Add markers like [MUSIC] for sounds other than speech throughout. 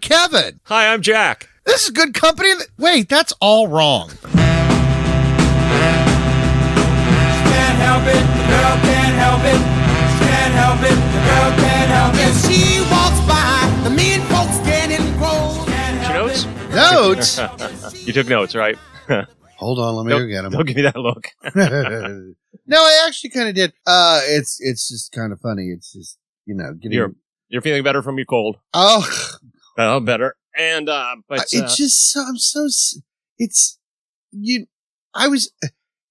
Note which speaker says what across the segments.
Speaker 1: Kevin.
Speaker 2: Hi, I'm Jack.
Speaker 1: This is good company. Wait, that's all wrong.
Speaker 3: can't help it, the girl can't help it. She can't help it, the girl can't help it. As she walks by, the mean folks standing grows.
Speaker 2: Did you notes?
Speaker 1: Notes.
Speaker 2: You took notes, right?
Speaker 1: [LAUGHS] Hold on, let me go
Speaker 2: Don't-
Speaker 1: get him.
Speaker 2: Don't give me that look.
Speaker 1: [LAUGHS] no, I actually kind of did. Uh, it's it's just kind of funny. It's just you know getting.
Speaker 2: You're- You're feeling better from your cold.
Speaker 1: oh,
Speaker 2: Oh, better. And uh, but
Speaker 1: I-
Speaker 2: uh,
Speaker 1: it's just so, I'm so s- it's you. I was.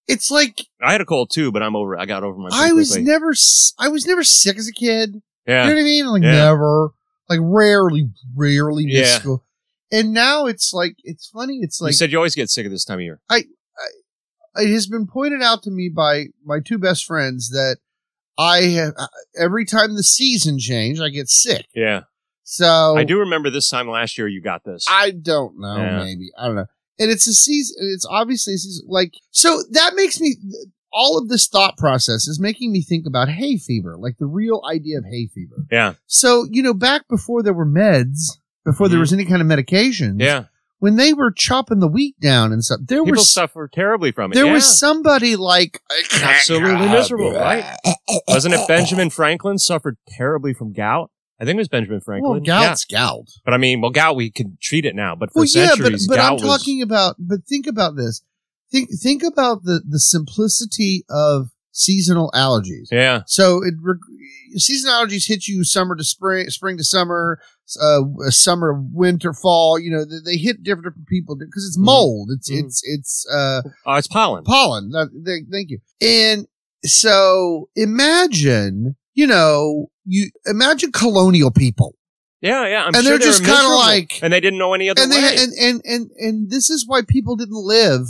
Speaker 1: It's like
Speaker 2: uh, I had a cold too, but I'm over. it. I got over my.
Speaker 1: I was
Speaker 2: quickly.
Speaker 1: never. s- I was never sick as a kid. You
Speaker 2: yeah.
Speaker 1: know what I mean? Like
Speaker 2: Yeah.
Speaker 1: never. Like rarely, rarely missed
Speaker 2: Yeah.
Speaker 1: school. And now it's like it's funny. It's
Speaker 2: you
Speaker 1: like
Speaker 2: said you always get sick at this time of year.
Speaker 1: it has been pointed out to me by my two best friends that I have every time the season changed, I get sick.
Speaker 2: Yeah,
Speaker 1: So
Speaker 2: I do remember this time last year you got this.
Speaker 1: Oh. I don't know.
Speaker 2: Yeah.
Speaker 1: Maybe I don't know. And it's a season. It's obviously a season. Like so that makes me. All of this thought process is making me think about hay fever, like the real idea of hay fever.
Speaker 2: yeah,
Speaker 1: So you know, back before there were meds, before there
Speaker 2: Mhm.
Speaker 1: was any kind of medication,
Speaker 2: yeah.
Speaker 1: when they were chopping the wheat down and stuff, there
Speaker 2: People
Speaker 1: was
Speaker 2: suffer terribly from it.
Speaker 1: there
Speaker 2: yeah.
Speaker 1: was somebody like "I can't
Speaker 2: Absolutely
Speaker 1: have
Speaker 2: miserable,
Speaker 1: it."
Speaker 2: right? Wasn't
Speaker 1: Oh.
Speaker 2: it Benjamin Franklin suffered terribly from gout? I think it was Benjamin Franklin.
Speaker 1: Well, gout's gout.
Speaker 2: Yeah. But I mean, well, gout we can treat it now, but for
Speaker 1: Well, yeah, but
Speaker 2: centuries,
Speaker 1: but
Speaker 2: gout
Speaker 1: I'm talking about. But think about this. Think think about the the simplicity of seasonal allergies.
Speaker 2: was. Yeah,
Speaker 1: So it re- seasonal allergies hit you summer to spring, spring to summer, uh, summer winter fall. You know they, they hit different, different people because it's mold. It's
Speaker 2: Mhm.
Speaker 1: it's it's uh,
Speaker 2: uh, it's pollen.
Speaker 1: pollen. That- th- Thank you. And so imagine you know you imagine colonial people
Speaker 2: yeah, yeah. I'm
Speaker 1: And
Speaker 2: sure
Speaker 1: they're
Speaker 2: they were
Speaker 1: just kinda
Speaker 2: miserable,
Speaker 1: like-
Speaker 2: and they didn't know any other
Speaker 1: and
Speaker 2: way.
Speaker 1: they and, and and and this is why people didn't
Speaker 2: [LAUGHS]
Speaker 1: live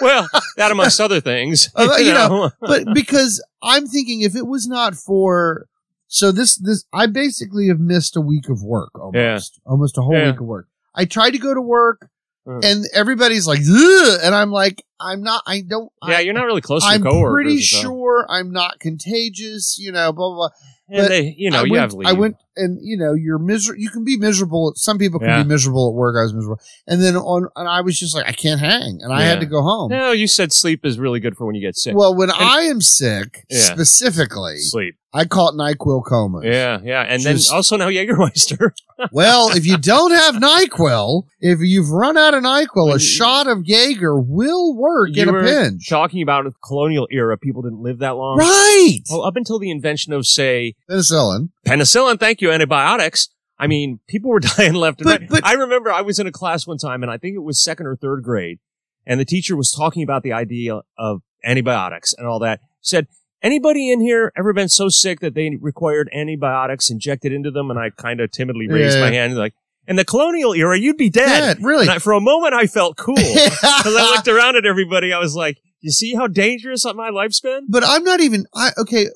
Speaker 2: well, that amongst
Speaker 1: [LAUGHS]
Speaker 2: other things,
Speaker 1: Uh, you
Speaker 2: know.
Speaker 1: but because i'm thinking if it was not for so this this i basically have missed a week of work almost almost a whole
Speaker 2: Yeah.
Speaker 1: week of work i tried to go to work
Speaker 2: Uh.
Speaker 1: and everybody's like Ugh, and i'm like i'm not i don't
Speaker 2: yeah,
Speaker 1: I,
Speaker 2: you're not really close to
Speaker 1: i'm
Speaker 2: your coworkers.
Speaker 1: pretty
Speaker 2: and stuff.
Speaker 1: sure i'm not contagious you know blah blah, blah. but
Speaker 2: And they, you know,
Speaker 1: I
Speaker 2: you
Speaker 1: went,
Speaker 2: have leave.
Speaker 1: I went and you know, you're miser you can be miserable. Some people can
Speaker 2: Yeah.
Speaker 1: be miserable at work. I was miserable. And then on and I was just like, I can't hang. And I had
Speaker 2: Yeah.
Speaker 1: to go home.
Speaker 2: No, you said sleep is really good for when you get sick.
Speaker 1: Well, when I am sick,
Speaker 2: Yeah.
Speaker 1: specifically,
Speaker 2: sleep.
Speaker 1: I call it NyQuil comas.
Speaker 2: Yeah, yeah. And then
Speaker 1: Just-
Speaker 2: also now Jägermeister.
Speaker 1: [LAUGHS] Well, if you don't have NyQuil, if you've run out of NyQuil,
Speaker 2: You-
Speaker 1: a shot of Jaeger will work
Speaker 2: You
Speaker 1: in
Speaker 2: were
Speaker 1: a pinch.
Speaker 2: Talking about the colonial era, people didn't live that long.
Speaker 1: Right.
Speaker 2: Well, up until the invention of, say,
Speaker 1: Penicillin.
Speaker 2: penicillin, thank you, antibiotics. I mean, people were [LAUGHS] dying left and
Speaker 1: But-
Speaker 2: right.
Speaker 1: but-
Speaker 2: I remember I was in a class one time, and I think it was second or third grade, and the teacher was talking about the idea of antibiotics and all that. Said, anybody in here ever been so sick that they required antibiotics injected into them? And I kind of timidly raised
Speaker 1: Yeah.
Speaker 2: my hand, like, in the colonial era, you'd be
Speaker 1: Yeah,
Speaker 2: dead.
Speaker 1: really. [LAUGHS]
Speaker 2: And I, for a moment, I felt cool because I looked around at everybody. I was like, you see how dangerous my life's
Speaker 1: [LAUGHS]
Speaker 2: been?
Speaker 1: but I'm not even. I okay.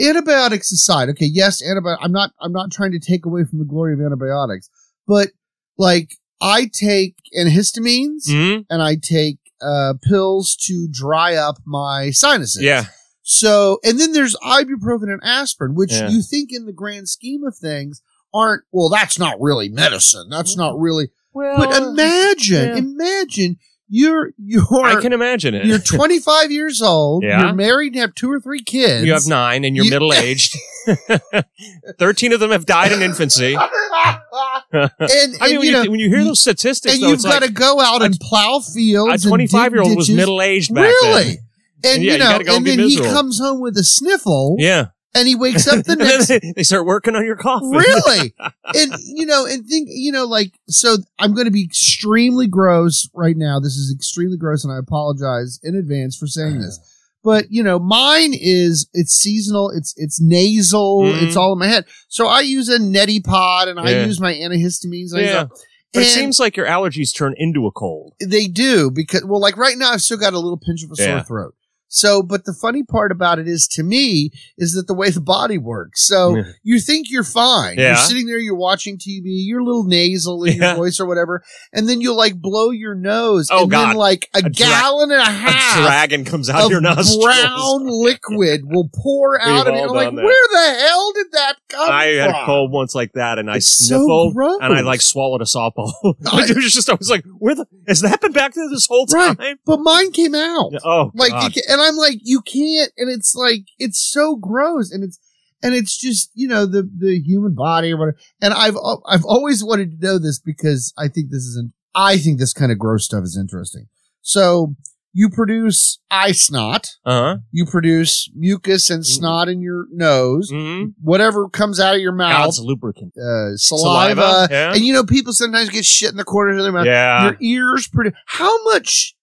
Speaker 1: Antibiotics aside, okay, yes, antibiotics. I'm not. I'm not trying to take away from the glory of antibiotics, but like I take antihistamines
Speaker 2: hmm
Speaker 1: and I take uh, pills to dry up my sinuses.
Speaker 2: Yeah.
Speaker 1: So, and then there's ibuprofen and aspirin, which
Speaker 2: Yeah.
Speaker 1: you think in the grand scheme of things aren't. Well, that's not really medicine. That's not really.
Speaker 2: Well,
Speaker 1: But imagine,
Speaker 2: yeah.
Speaker 1: imagine you're you're
Speaker 2: I can imagine it. [LAUGHS]
Speaker 1: you're 25 years old.
Speaker 2: Yeah.
Speaker 1: You're married and have two or three kids.
Speaker 2: You have [LAUGHS] nine and you're
Speaker 1: You- [LAUGHS]
Speaker 2: middle [LAUGHS] aged. 13 of them have died in infancy. [LAUGHS] I
Speaker 1: and, and,
Speaker 2: mean, when
Speaker 1: you
Speaker 2: you,
Speaker 1: know,
Speaker 2: when you hear those statistics,
Speaker 1: and
Speaker 2: though,
Speaker 1: you've
Speaker 2: it's
Speaker 1: got
Speaker 2: like
Speaker 1: to go out and plow
Speaker 2: a
Speaker 1: fields.
Speaker 2: 25 year old was middle aged back
Speaker 1: Really?
Speaker 2: then.
Speaker 1: And
Speaker 2: Yeah,
Speaker 1: you
Speaker 2: you
Speaker 1: know,
Speaker 2: gotta
Speaker 1: and
Speaker 2: go and be
Speaker 1: then he
Speaker 2: miserable.
Speaker 1: comes home with a sniffle, [LAUGHS]
Speaker 2: Yeah.
Speaker 1: and he wakes up
Speaker 2: [LAUGHS]
Speaker 1: the
Speaker 2: And then
Speaker 1: next.
Speaker 2: they, they start working on your coffin.
Speaker 1: really, and you know, and think, you know, like so. I'm going to be extremely gross right now. This is extremely gross, and I apologize in advance for saying this.
Speaker 2: Uh-huh.
Speaker 1: But you know, mine is it's seasonal. It's it's nasal.
Speaker 2: Mhm.
Speaker 1: It's all in my head. So I use a neti pod, and I
Speaker 2: Yeah.
Speaker 1: use my antihistamines. And I use
Speaker 2: Yeah. [LAUGHS] But it
Speaker 1: And-
Speaker 2: seems like your allergies turn into a cold.
Speaker 1: They do because well, like right now, I've still got a little pinch of a
Speaker 2: Yeah.
Speaker 1: sore throat. So, but the funny part about it is to me is that the way the body works. So
Speaker 2: Yeah.
Speaker 1: you think you're fine. You're
Speaker 2: Yeah.
Speaker 1: sitting there, you're watching TV, you're a little nasal in
Speaker 2: Yeah.
Speaker 1: your voice or whatever, and then you'll like blow your nose.
Speaker 2: Oh,
Speaker 1: and
Speaker 2: God.
Speaker 1: then like a,
Speaker 2: dra-
Speaker 1: gallon and a
Speaker 2: [LAUGHS] a
Speaker 1: half
Speaker 2: dragon comes out
Speaker 1: of
Speaker 2: of your nostrils.
Speaker 1: brown liquid will
Speaker 2: [LAUGHS]
Speaker 1: pour out of
Speaker 2: all
Speaker 1: it. I'm like,
Speaker 2: done that.
Speaker 1: where the hell did that come
Speaker 2: [LAUGHS] I had
Speaker 1: from?
Speaker 2: a cold once like that, and I
Speaker 1: It's so
Speaker 2: sniffled,
Speaker 1: gross.
Speaker 2: and I like swallowed a softball. [LAUGHS] I,
Speaker 1: I-
Speaker 2: it was just, I was like, "Where the has that been back there this whole time?"
Speaker 1: Right. But mine came out.
Speaker 2: Oh,
Speaker 1: like
Speaker 2: God.
Speaker 1: it, ca- and i'm like you can't and it's like it's so gross and it's and it's just you know the the human body or whatever and i've al- i've always wanted to know this because i think this is an i think this kind of gross stuff is interesting so you produce eye snot
Speaker 2: uh-huh.
Speaker 1: you produce mucus and
Speaker 2: Mm-hmm.
Speaker 1: snot in your nose
Speaker 2: hmm
Speaker 1: whatever comes out of your mouth
Speaker 2: God's lubricant,
Speaker 1: uh, saliva,
Speaker 2: yeah,
Speaker 1: and you know people sometimes get shit in the corners of their mouth
Speaker 2: yeah.
Speaker 1: your ears produce how much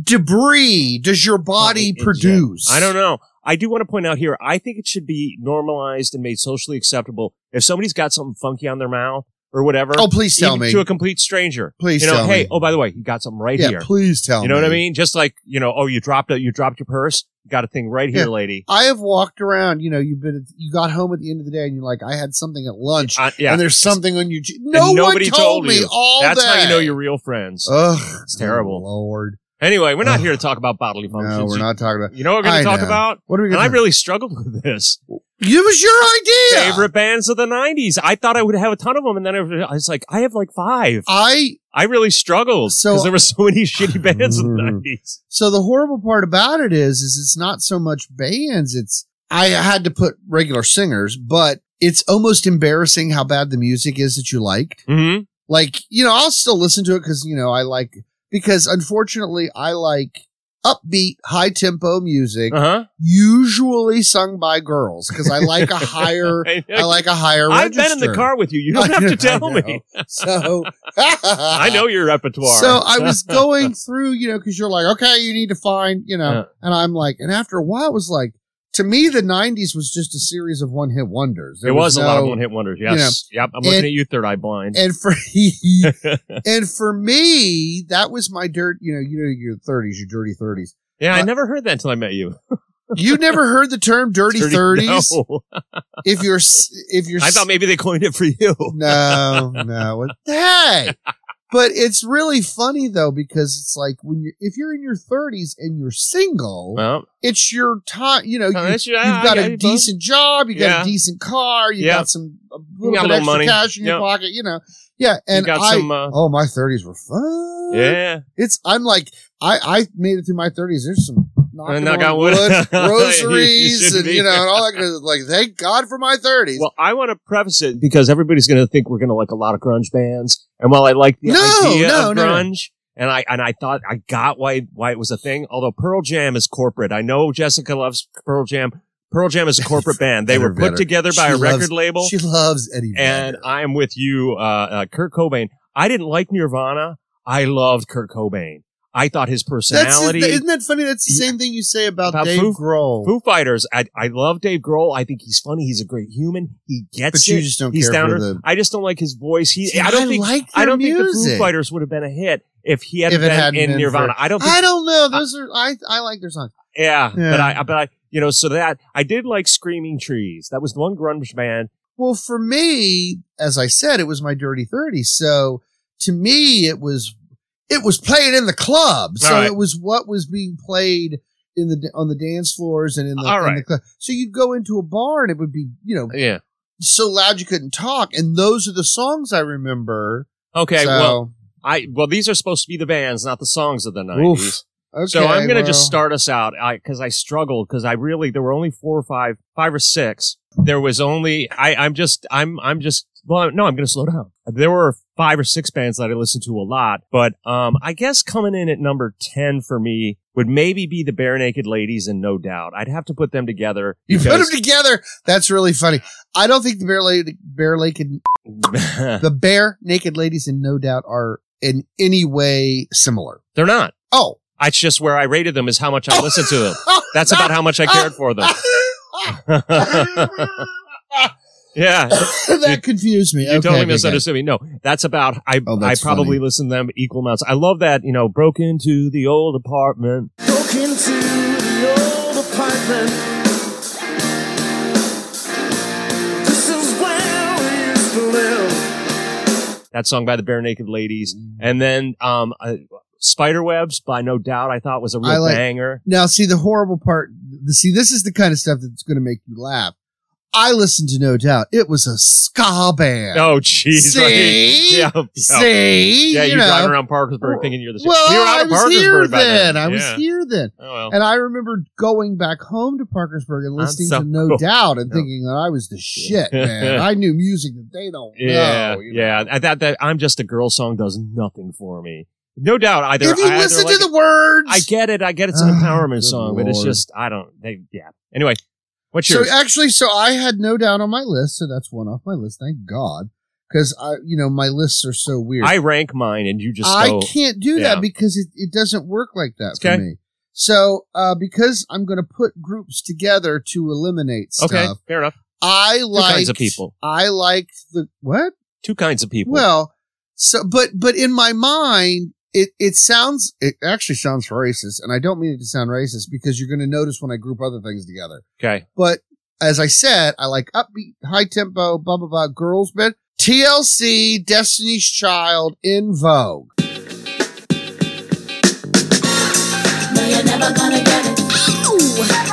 Speaker 1: debris does your body
Speaker 2: Probably
Speaker 1: produce
Speaker 2: I don't know. I do want to point out here. I think it should be normalized and made socially acceptable. If somebody's got something funky on their mouth or whatever,
Speaker 1: oh please tell
Speaker 2: even
Speaker 1: me
Speaker 2: to a complete stranger.
Speaker 1: please
Speaker 2: you know,
Speaker 1: tell
Speaker 2: hey,
Speaker 1: me
Speaker 2: oh by the way, you got something right
Speaker 1: yeah
Speaker 2: here.
Speaker 1: please tell
Speaker 2: You know
Speaker 1: me.
Speaker 2: what I mean? Just like you know, oh, you dropped a, you dropped your purse. You got a thing right here,
Speaker 1: Yeah.
Speaker 2: lady.
Speaker 1: i have walked around you know you've been at- you got home at the end of the day and you're like i had something at lunch
Speaker 2: Uh, yeah,
Speaker 1: and there's something on your cheek no
Speaker 2: nobody
Speaker 1: one told
Speaker 2: told
Speaker 1: me
Speaker 2: you.
Speaker 1: all
Speaker 2: that's
Speaker 1: day.
Speaker 2: how you know your real friends.
Speaker 1: Ugh,
Speaker 2: It's terrible.
Speaker 1: lord
Speaker 2: anyway, we're not
Speaker 1: Oh. Ugh.
Speaker 2: here to talk about bodily functions.
Speaker 1: no we're
Speaker 2: You-
Speaker 1: not talking about
Speaker 2: You know what we're going
Speaker 1: I
Speaker 2: to talk
Speaker 1: know.
Speaker 2: about?
Speaker 1: what are we
Speaker 2: And I
Speaker 1: gonna
Speaker 2: really struggled [LAUGHS] with this.
Speaker 1: it was your idea
Speaker 2: Favorite bands of the '90s. I thought I would have a ton of them, and then I was like, I have like five.
Speaker 1: i
Speaker 2: I really struggled because
Speaker 1: So- Hmm.
Speaker 2: there were so many shitty bands in the '90s.
Speaker 1: So the horrible part about it is, is it's not so much bands. It's I had to put regular singers, but it's almost embarrassing how bad the music is that you liked.
Speaker 2: Mm-hmm.
Speaker 1: Like you know, I'll still listen to it because you know I like because unfortunately I like upbeat, high tempo music,
Speaker 2: Uh huh.
Speaker 1: usually sung by girls because I like a higher.
Speaker 2: [LAUGHS]
Speaker 1: I like a higher.
Speaker 2: I've been in the
Speaker 1: register.
Speaker 2: car with you. You don't have to
Speaker 1: [LAUGHS]
Speaker 2: tell
Speaker 1: I
Speaker 2: me.
Speaker 1: know. So
Speaker 2: [LAUGHS] I know your repertoire.
Speaker 1: so I
Speaker 2: [LAUGHS]
Speaker 1: was going through, you know, because you're like, okay, you need to find, you know,
Speaker 2: Yeah.
Speaker 1: and I'm like, and after a while, it was like, to me, the '90s was just a series of one hit wonders. There
Speaker 2: it was, a lot of
Speaker 1: no-
Speaker 2: one hit wonders. Yes. Yep. I'm looking
Speaker 1: And-
Speaker 2: at you, third eye blind.
Speaker 1: And
Speaker 2: [LAUGHS]
Speaker 1: for [LAUGHS] and for me, that was my dirt. You know, you know, your 30s, your dirty 30s.
Speaker 2: yeah, I
Speaker 1: uh,
Speaker 2: never heard that until I met you.
Speaker 1: You never heard the term dirty 30s.
Speaker 2: No.
Speaker 1: If you're s- if you're
Speaker 2: [LAUGHS] I
Speaker 1: s-
Speaker 2: thought maybe they coined it for you.
Speaker 1: no, no. What- Hey, but it's really funny though because it's like when you if you're in your 30s and you're single.
Speaker 2: Well,
Speaker 1: it's your time. You know,
Speaker 2: No,
Speaker 1: you,
Speaker 2: that's-
Speaker 1: have
Speaker 2: Oh, yeah, I
Speaker 1: got
Speaker 2: get
Speaker 1: a
Speaker 2: it, bud.
Speaker 1: decent job, you got
Speaker 2: Yeah.
Speaker 1: a decent car, you
Speaker 2: Yeah.
Speaker 1: got some a
Speaker 2: You
Speaker 1: little
Speaker 2: got
Speaker 1: bit
Speaker 2: a little
Speaker 1: extra
Speaker 2: money.
Speaker 1: cash in your
Speaker 2: Yeah.
Speaker 1: pocket. You know, yeah. And
Speaker 2: you got
Speaker 1: I,
Speaker 2: some. Uh,
Speaker 1: oh, my thirties were fun.
Speaker 2: yeah.
Speaker 1: it's I'm like I I made it through my thirties. There's some knocking
Speaker 2: Uh, knock
Speaker 1: on
Speaker 2: on wood.
Speaker 1: wood,
Speaker 2: [LAUGHS] You
Speaker 1: rosaries,
Speaker 2: shouldn't
Speaker 1: and
Speaker 2: be.
Speaker 1: you know, and all that. Kind of, like, thank God for my thirties.
Speaker 2: Well, I want to preface it because everybody's going to think we're going to like a lot of grunge bands. And while I like the
Speaker 1: No,
Speaker 2: idea
Speaker 1: no,
Speaker 2: of
Speaker 1: no, no.
Speaker 2: grunge, and I and I thought I got why why it was a thing. Although Pearl Jam is corporate, I know Jessica loves Pearl Jam. Pearl Jam is a corporate band. They
Speaker 1: Better,
Speaker 2: were put
Speaker 1: better.
Speaker 2: together by
Speaker 1: She
Speaker 2: a record
Speaker 1: loves-
Speaker 2: label,
Speaker 1: she loves Eddie
Speaker 2: and
Speaker 1: Vedder.
Speaker 2: I am with you, uh, uh, Kurt Cobain. I didn't like Nirvana. I loved Kurt Cobain. I thought his
Speaker 1: That's
Speaker 2: personality.
Speaker 1: isn't that funny? That's the same thing you say about,
Speaker 2: About
Speaker 1: Dave
Speaker 2: Foo-
Speaker 1: Grohl.
Speaker 2: Foo Fighters. I, I love Dave Grohl. I think he's funny. He's a great human. He gets
Speaker 1: but you
Speaker 2: it.
Speaker 1: just don't
Speaker 2: He's
Speaker 1: care
Speaker 2: down
Speaker 1: for
Speaker 2: to-
Speaker 1: the.
Speaker 2: I just don't like his voice. He.
Speaker 1: See,
Speaker 2: I don't think.
Speaker 1: like
Speaker 2: I
Speaker 1: their
Speaker 2: don't think the Foo
Speaker 1: music.
Speaker 2: Fighters would have been a hit if he hadn't
Speaker 1: If it
Speaker 2: been
Speaker 1: hadn't
Speaker 2: in
Speaker 1: been
Speaker 2: Nirvana. I don't. Think,
Speaker 1: I don't know. Those are I I like their songs.
Speaker 2: yeah,
Speaker 1: Yeah.
Speaker 2: but I. But I. You know, so that I did like Screaming Trees. That was the one grunge band.
Speaker 1: Well, for me, as I said, it was my dirty thirty. So to me, it was it was playing in the club. So
Speaker 2: All right.
Speaker 1: it was what was being played in the on the dance floors and in the,
Speaker 2: All
Speaker 1: in the
Speaker 2: right.
Speaker 1: club. So you'd go into a bar and it would be you know
Speaker 2: Yeah.
Speaker 1: so loud you couldn't talk. And those are the songs I remember.
Speaker 2: Okay.
Speaker 1: So,
Speaker 2: Well, I. Well, these are supposed to be the bands, not the songs of the
Speaker 1: Oof.
Speaker 2: nineties.
Speaker 1: okay,
Speaker 2: So I'm going to just
Speaker 1: well,
Speaker 2: start us out because I, struggled because I really there were only four or five, five or six. There was only I, I'm just I'm I'm just well no I'm going to slow down. There were five or six bands that I listened to a lot, but um I guess coming in at number ten for me would maybe be the Bare Naked Ladies and No Doubt. I'd have to put them together.
Speaker 1: You put them
Speaker 2: because-
Speaker 1: together. That's really funny. I don't think the bare lady, bare naked, the bare naked ladies, in no doubt, are in any way similar.
Speaker 2: [LAUGHS] They're not.
Speaker 1: Oh,
Speaker 2: It's just where I rated them is how much I
Speaker 1: Oh.
Speaker 2: listened to them. That's about how much I cared for them. [LAUGHS]
Speaker 1: [LAUGHS]
Speaker 2: yeah,
Speaker 1: that confused me.
Speaker 2: You
Speaker 1: okay,
Speaker 2: totally
Speaker 1: okay,
Speaker 2: misunderstood me. No, that's about I.
Speaker 1: Oh,
Speaker 2: I
Speaker 1: that's
Speaker 2: probably
Speaker 1: funny.
Speaker 2: listen to them equal amounts. I love that you know broke into the old apartment.
Speaker 3: Broke into the
Speaker 4: old apartment. This is where we used to live.
Speaker 2: that song by the Bare Naked Ladies,
Speaker 1: Mm.
Speaker 2: and then um, uh, Spiderwebs by No Doubt. I thought was a
Speaker 1: I
Speaker 2: real
Speaker 1: like-
Speaker 2: banger.
Speaker 1: Now, see the horrible part. The, see, this is the kind of stuff that's going to make you laugh. I listened to No Doubt. It was a ska band.
Speaker 2: Oh, jeez, right?
Speaker 1: See?
Speaker 2: yeah, yeah.
Speaker 1: See,
Speaker 2: yeah,
Speaker 1: you,
Speaker 2: you're
Speaker 1: know.
Speaker 2: driving around Parkersburg thinking you're the same.
Speaker 1: well,
Speaker 2: we were out
Speaker 1: I
Speaker 2: of
Speaker 1: was here
Speaker 2: Parkersburg by
Speaker 1: then. I
Speaker 2: Yeah.
Speaker 1: was here then,
Speaker 2: Oh, well.
Speaker 1: and I remember going back home to Parkersburg and
Speaker 2: That's
Speaker 1: listening
Speaker 2: so
Speaker 1: to No
Speaker 2: cool.
Speaker 1: Doubt and
Speaker 2: Yeah.
Speaker 1: thinking that I was the
Speaker 2: [LAUGHS]
Speaker 1: shit, man. I knew music that they don't
Speaker 2: Yeah,
Speaker 1: know. you know.
Speaker 2: yeah. I, that that I'm just a girl song does nothing for me. No doubt. Either
Speaker 1: If you
Speaker 2: I either
Speaker 1: listen
Speaker 2: like
Speaker 1: to
Speaker 2: it-
Speaker 1: the words,
Speaker 2: I get it. I get it's an
Speaker 1: Ah,
Speaker 2: empowerment
Speaker 1: good
Speaker 2: song, but it's
Speaker 1: Lord.
Speaker 2: just I don't. They, yeah. Anyway, what's
Speaker 1: So uh,
Speaker 2: yours?
Speaker 1: actually, so I had no doubt on my list, so that's one off my list. Thank God, because I, you know, my lists are so weird.
Speaker 2: I rank mine, and you just
Speaker 1: I
Speaker 2: go.
Speaker 1: can't do
Speaker 2: yeah.
Speaker 1: that because it, it doesn't work like that
Speaker 2: Okay.
Speaker 1: for me. So uh, because I'm going to put groups together to eliminate stuff,
Speaker 2: Okay, fair enough.
Speaker 1: I like
Speaker 2: kinds of people.
Speaker 1: I like the what?
Speaker 2: Two kinds of people.
Speaker 1: Well, so but but in my mind, it it sounds it actually sounds racist, and I don't mean it to sound racist because you're going to notice when I group other things together.
Speaker 2: okay.
Speaker 1: But as I said, I like upbeat, high tempo, blah blah blah, girls band. TLC, Destiny's Child, In Vogue.
Speaker 5: No, you're never gonna get it.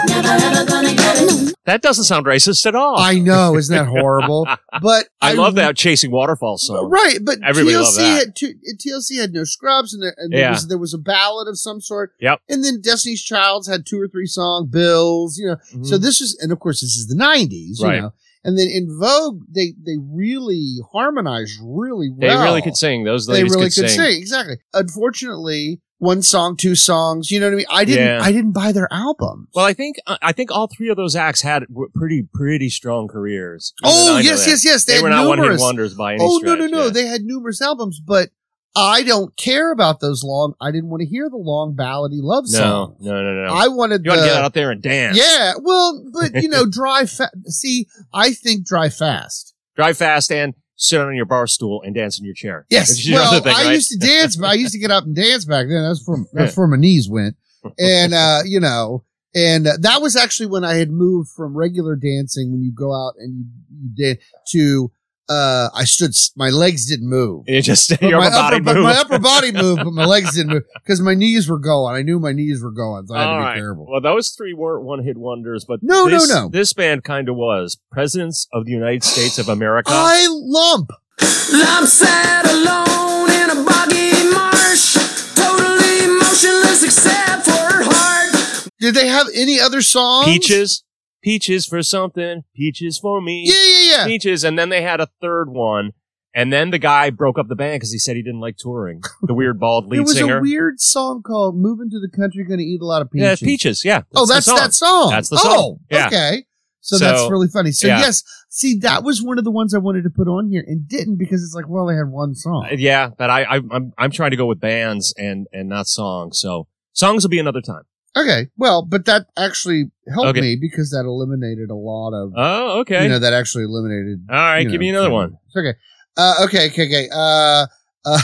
Speaker 5: Never ever gonna get it.
Speaker 2: That doesn't sound racist at all.
Speaker 1: I know, isn't that
Speaker 2: [LAUGHS]
Speaker 1: horrible? But
Speaker 2: I love that chasing waterfall song.
Speaker 1: Right, but
Speaker 2: Everybody
Speaker 1: TLC
Speaker 2: loved that.
Speaker 1: had two, TLC had no scrubs, and, there, and
Speaker 2: Yeah.
Speaker 1: there, was, there was a ballad of some sort.
Speaker 2: Yep.
Speaker 1: And then Destiny's Child's had two or three song bills, you know.
Speaker 2: Mhm.
Speaker 1: So this is, and of course, this is the '90s,
Speaker 2: Right.
Speaker 1: you know. And then in Vogue, they they really harmonized really
Speaker 2: they
Speaker 1: well.
Speaker 2: really could sing. Those
Speaker 1: They
Speaker 2: ladies
Speaker 1: really
Speaker 2: could, sing.
Speaker 1: exactly. Unfortunately, one song, two songs. You know what I mean? I didn't.
Speaker 2: Yeah.
Speaker 1: I didn't buy their albums.
Speaker 2: Well, I think I I think all three of those acts had w- pretty pretty strong careers. Even I
Speaker 1: oh
Speaker 2: know
Speaker 1: yes,
Speaker 2: that.
Speaker 1: yes, yes. They,
Speaker 2: They,
Speaker 1: had
Speaker 2: were not one hit
Speaker 1: numerous.
Speaker 2: wonders by any
Speaker 1: oh
Speaker 2: stretch.
Speaker 1: no no no
Speaker 2: yeah.
Speaker 1: they had numerous albums but i don't care about those long i didn't want to hear the long ballady love
Speaker 2: no,
Speaker 1: song
Speaker 2: no, no, no.
Speaker 1: i wanted
Speaker 2: you
Speaker 1: the
Speaker 2: want to get out there and dance?
Speaker 1: yeah well but you
Speaker 2: [LAUGHS]
Speaker 1: know drive fa- see i think drive fast
Speaker 2: Drive fast and sit on your bar stool and dance in your chair.
Speaker 1: yes
Speaker 2: Which is the
Speaker 1: well
Speaker 2: other thing,
Speaker 1: i
Speaker 2: right?
Speaker 1: used to dance but i used to get up and dance back then that's
Speaker 2: [LAUGHS]
Speaker 1: where that's where my knees went and uh you know and uh, that was actually when i had moved from regular dancing when you go out and you, you did to uh i stood s- my legs didn't move
Speaker 2: It just
Speaker 1: But
Speaker 2: [LAUGHS] your
Speaker 1: my
Speaker 2: upper body
Speaker 1: upper, but
Speaker 2: moved.
Speaker 1: my upper
Speaker 2: [LAUGHS]
Speaker 1: body moved, but my legs didn't move because my knees were going. I knew my knees were going, so I had
Speaker 2: All
Speaker 1: to be
Speaker 2: right.
Speaker 1: terrible.
Speaker 2: Well, those three weren't one hit wonders, but
Speaker 1: No, no,
Speaker 2: this,
Speaker 1: no.
Speaker 2: This band kind of was. Presidents of the United States of America.
Speaker 1: I lump.
Speaker 4: I'm sat alone in a boggy marsh, totally motionless except for her heart.
Speaker 1: Did they have any other songs?
Speaker 2: peaches, peaches for something, peaches for me,
Speaker 1: Yeah, yeah, yeah.
Speaker 2: peaches, and then they had a third one, and then the guy broke up the band because he said he didn't like touring. The weird bald
Speaker 1: There
Speaker 2: lead
Speaker 1: was
Speaker 2: singer.
Speaker 1: a weird song called "Moving to the Country, Gonna Eat a Lot of Peaches."
Speaker 2: Yeah, peaches. Yeah.
Speaker 1: Oh,
Speaker 2: the
Speaker 1: that's
Speaker 2: song.
Speaker 1: that song.
Speaker 2: That's the song.
Speaker 1: Oh,
Speaker 2: Yeah.
Speaker 1: okay. So,
Speaker 2: So,
Speaker 1: that's really funny. So
Speaker 2: yeah.
Speaker 1: yes, see, that was one of the ones I wanted to put on here and didn't because it's like, well, they had one song.
Speaker 2: Uh, Yeah, but I, I I'm I'm trying to go with bands and and not songs. So songs will be another time.
Speaker 1: Okay, well, but that actually helped
Speaker 2: Okay.
Speaker 1: me because that eliminated a lot of.
Speaker 2: Oh, okay.
Speaker 1: You know, that actually eliminated
Speaker 2: All right,
Speaker 1: you know,
Speaker 2: give me another
Speaker 1: so-
Speaker 2: one.
Speaker 1: It's okay. Uh, okay, okay, okay. Uh, uh,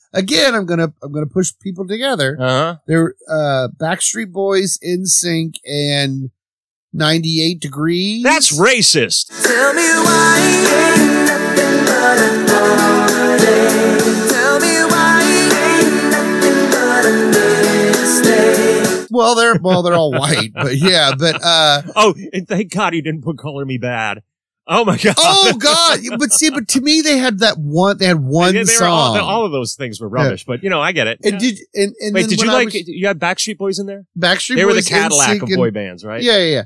Speaker 1: [LAUGHS] again, I'm gonna I'm gonna push people together.
Speaker 2: Uh huh.
Speaker 1: They're uh, Backstreet Boys, In Sync, and 98 Degrees.
Speaker 2: That's racist.
Speaker 4: Tell me why it ain't nothing but a holiday. Tell me why it ain't nothing but a mistake.
Speaker 1: well, they're well, they're all white, but yeah, but uh,
Speaker 2: Oh, and thank God he didn't put "Color Me Bad." Oh my [LAUGHS] God.
Speaker 1: oh god, but see, but to me, they had that one. They had one
Speaker 2: Yeah, they were
Speaker 1: song.
Speaker 2: all, all of those things were rubbish, but you know I get it.
Speaker 1: and
Speaker 2: Yeah.
Speaker 1: did and, and
Speaker 2: Wait,
Speaker 1: then
Speaker 2: did you
Speaker 1: when I
Speaker 2: like?
Speaker 1: was-
Speaker 2: you had Backstreet Boys in there?
Speaker 1: Backstreet
Speaker 2: they were the
Speaker 1: Boys,
Speaker 2: Cadillac
Speaker 1: NSYNC,
Speaker 2: of
Speaker 1: and-
Speaker 2: boy bands, right?
Speaker 1: Yeah, yeah. yeah.